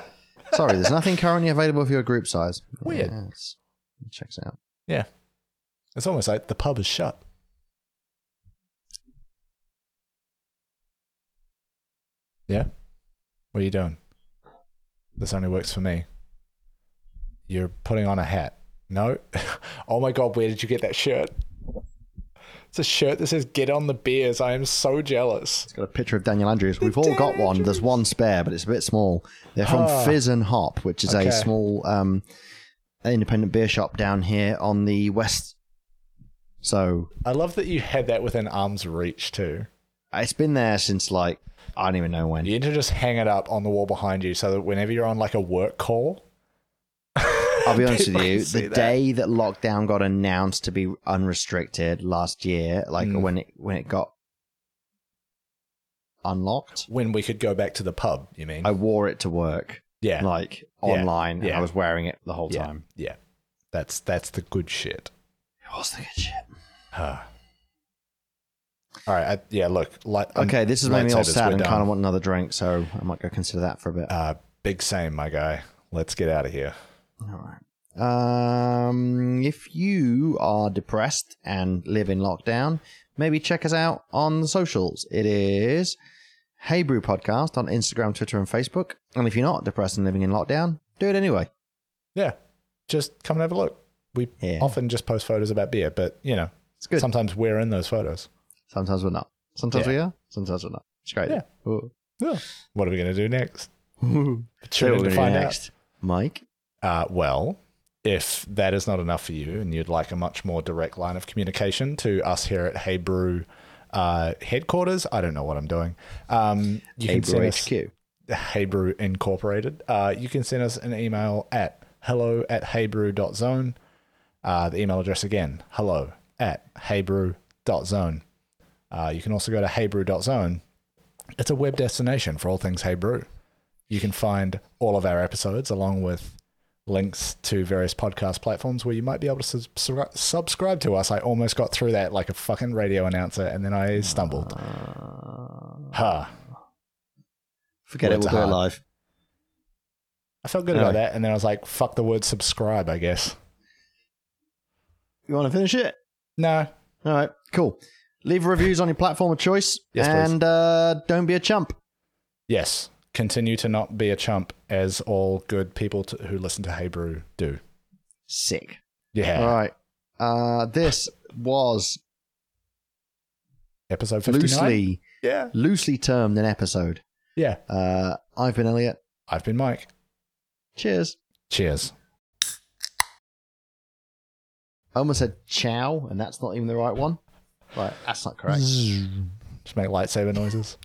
S1: Sorry, there's nothing currently available for your group size.
S2: Weird.
S1: Yeah, it's- it checks out.
S2: Yeah. It's almost like the pub is shut. Yeah? What are you doing? This only works for me. You're putting on a hat. No? oh my god, where did you get that shirt? It's a shirt that says get on the beers. I am so jealous.
S1: It's got a picture of Daniel Andrews. We've all got one. There's one spare, but it's a bit small. They're from
S2: Ah.
S1: Fizz and Hop, which is
S2: Okay.
S1: a small um, independent beer shop down here on the west. So
S2: I love that you had that within arm's reach too.
S1: it's been there since like I don't even know when.
S2: You need to just hang it up on the wall behind you so that whenever you're on like a work call,
S1: I'll be honest
S2: People
S1: with you.
S2: can see
S1: The
S2: that.
S1: day that lockdown got announced to be unrestricted last year, like
S2: Mm.
S1: when it when it got unlocked,
S2: when we could go back to the pub, you mean?
S1: I wore it to work,
S2: yeah.
S1: like
S2: Yeah.
S1: online, and
S2: Yeah.
S1: I was wearing it the whole
S2: yeah.
S1: time.
S2: Yeah. That's that's the good shit.
S1: It was the good shit.
S2: Ah. All right. I, yeah. Look. Light, um,
S1: Okay, this is making me all
S2: lightsabers,
S1: sad
S2: we're
S1: and
S2: done.
S1: kind of want another drink, so I might go consider that for a bit.
S2: Uh, big same, my guy. Let's get out of here.
S1: All right. Um, if you are depressed and live in lockdown, maybe check us out on the socials. It is Hey Brew Podcast on Instagram, Twitter, and Facebook. And if you're not depressed and living in lockdown, do it anyway.
S2: Yeah. Just come and have a look. We
S1: Yeah.
S2: often just post photos about beer, but you know,
S1: It's good.
S2: sometimes we're in those photos.
S1: Sometimes we're not. Sometimes
S2: Yeah.
S1: we are. Sometimes we're not. It's great.
S2: Yeah.
S1: Ooh.
S2: Yeah. What are we gonna do next?
S1: So
S2: Tune
S1: what
S2: in
S1: we're
S2: to
S1: going to do
S2: find out.
S1: next, Mike.
S2: Uh, well, if that is not enough for you and you'd like a much more direct line of communication to us here at Hey Brew uh, headquarters, I don't know what I'm doing. Um, you
S1: Hey
S2: can
S1: Brew
S2: send us
S1: HQ.
S2: Hey Brew Incorporated. Uh, you can send us an email at hello at heybrew.zone. Uh, the email address again, hello at heybrew.zone. Uh, you can also go to heybrew.zone. It's a web destination for all things Hey Brew. You can find all of our episodes along with links to various podcast platforms where you might be able to subscri- subscribe to us. I almost got through that like a fucking radio announcer and then I stumbled. Huh.
S1: Forget
S2: Words
S1: it.
S2: are
S1: We'll do
S2: hard.
S1: it live.
S2: I felt good
S1: No.
S2: about that, and then I was like, "Fuck the word subscribe," I guess.
S1: You want to finish it?
S2: No,
S1: All right, cool. Leave reviews on your platform of choice,
S2: Yes, please.
S1: and uh, don't be a chump.
S2: yes, continue to not be a chump, as all good people to, who listen to Hey Brew do.
S1: Sick.
S2: Yeah,
S1: All right. Uh, this was
S2: episode fifty-nine.
S1: loosely
S2: Yeah,
S1: loosely termed an episode.
S2: yeah.
S1: Uh, I've been Elliot.
S2: I've been Mike.
S1: Cheers.
S2: Cheers.
S1: I almost said chow, and that's not even the right one. Right, that's not correct.
S2: Just make lightsaber noises.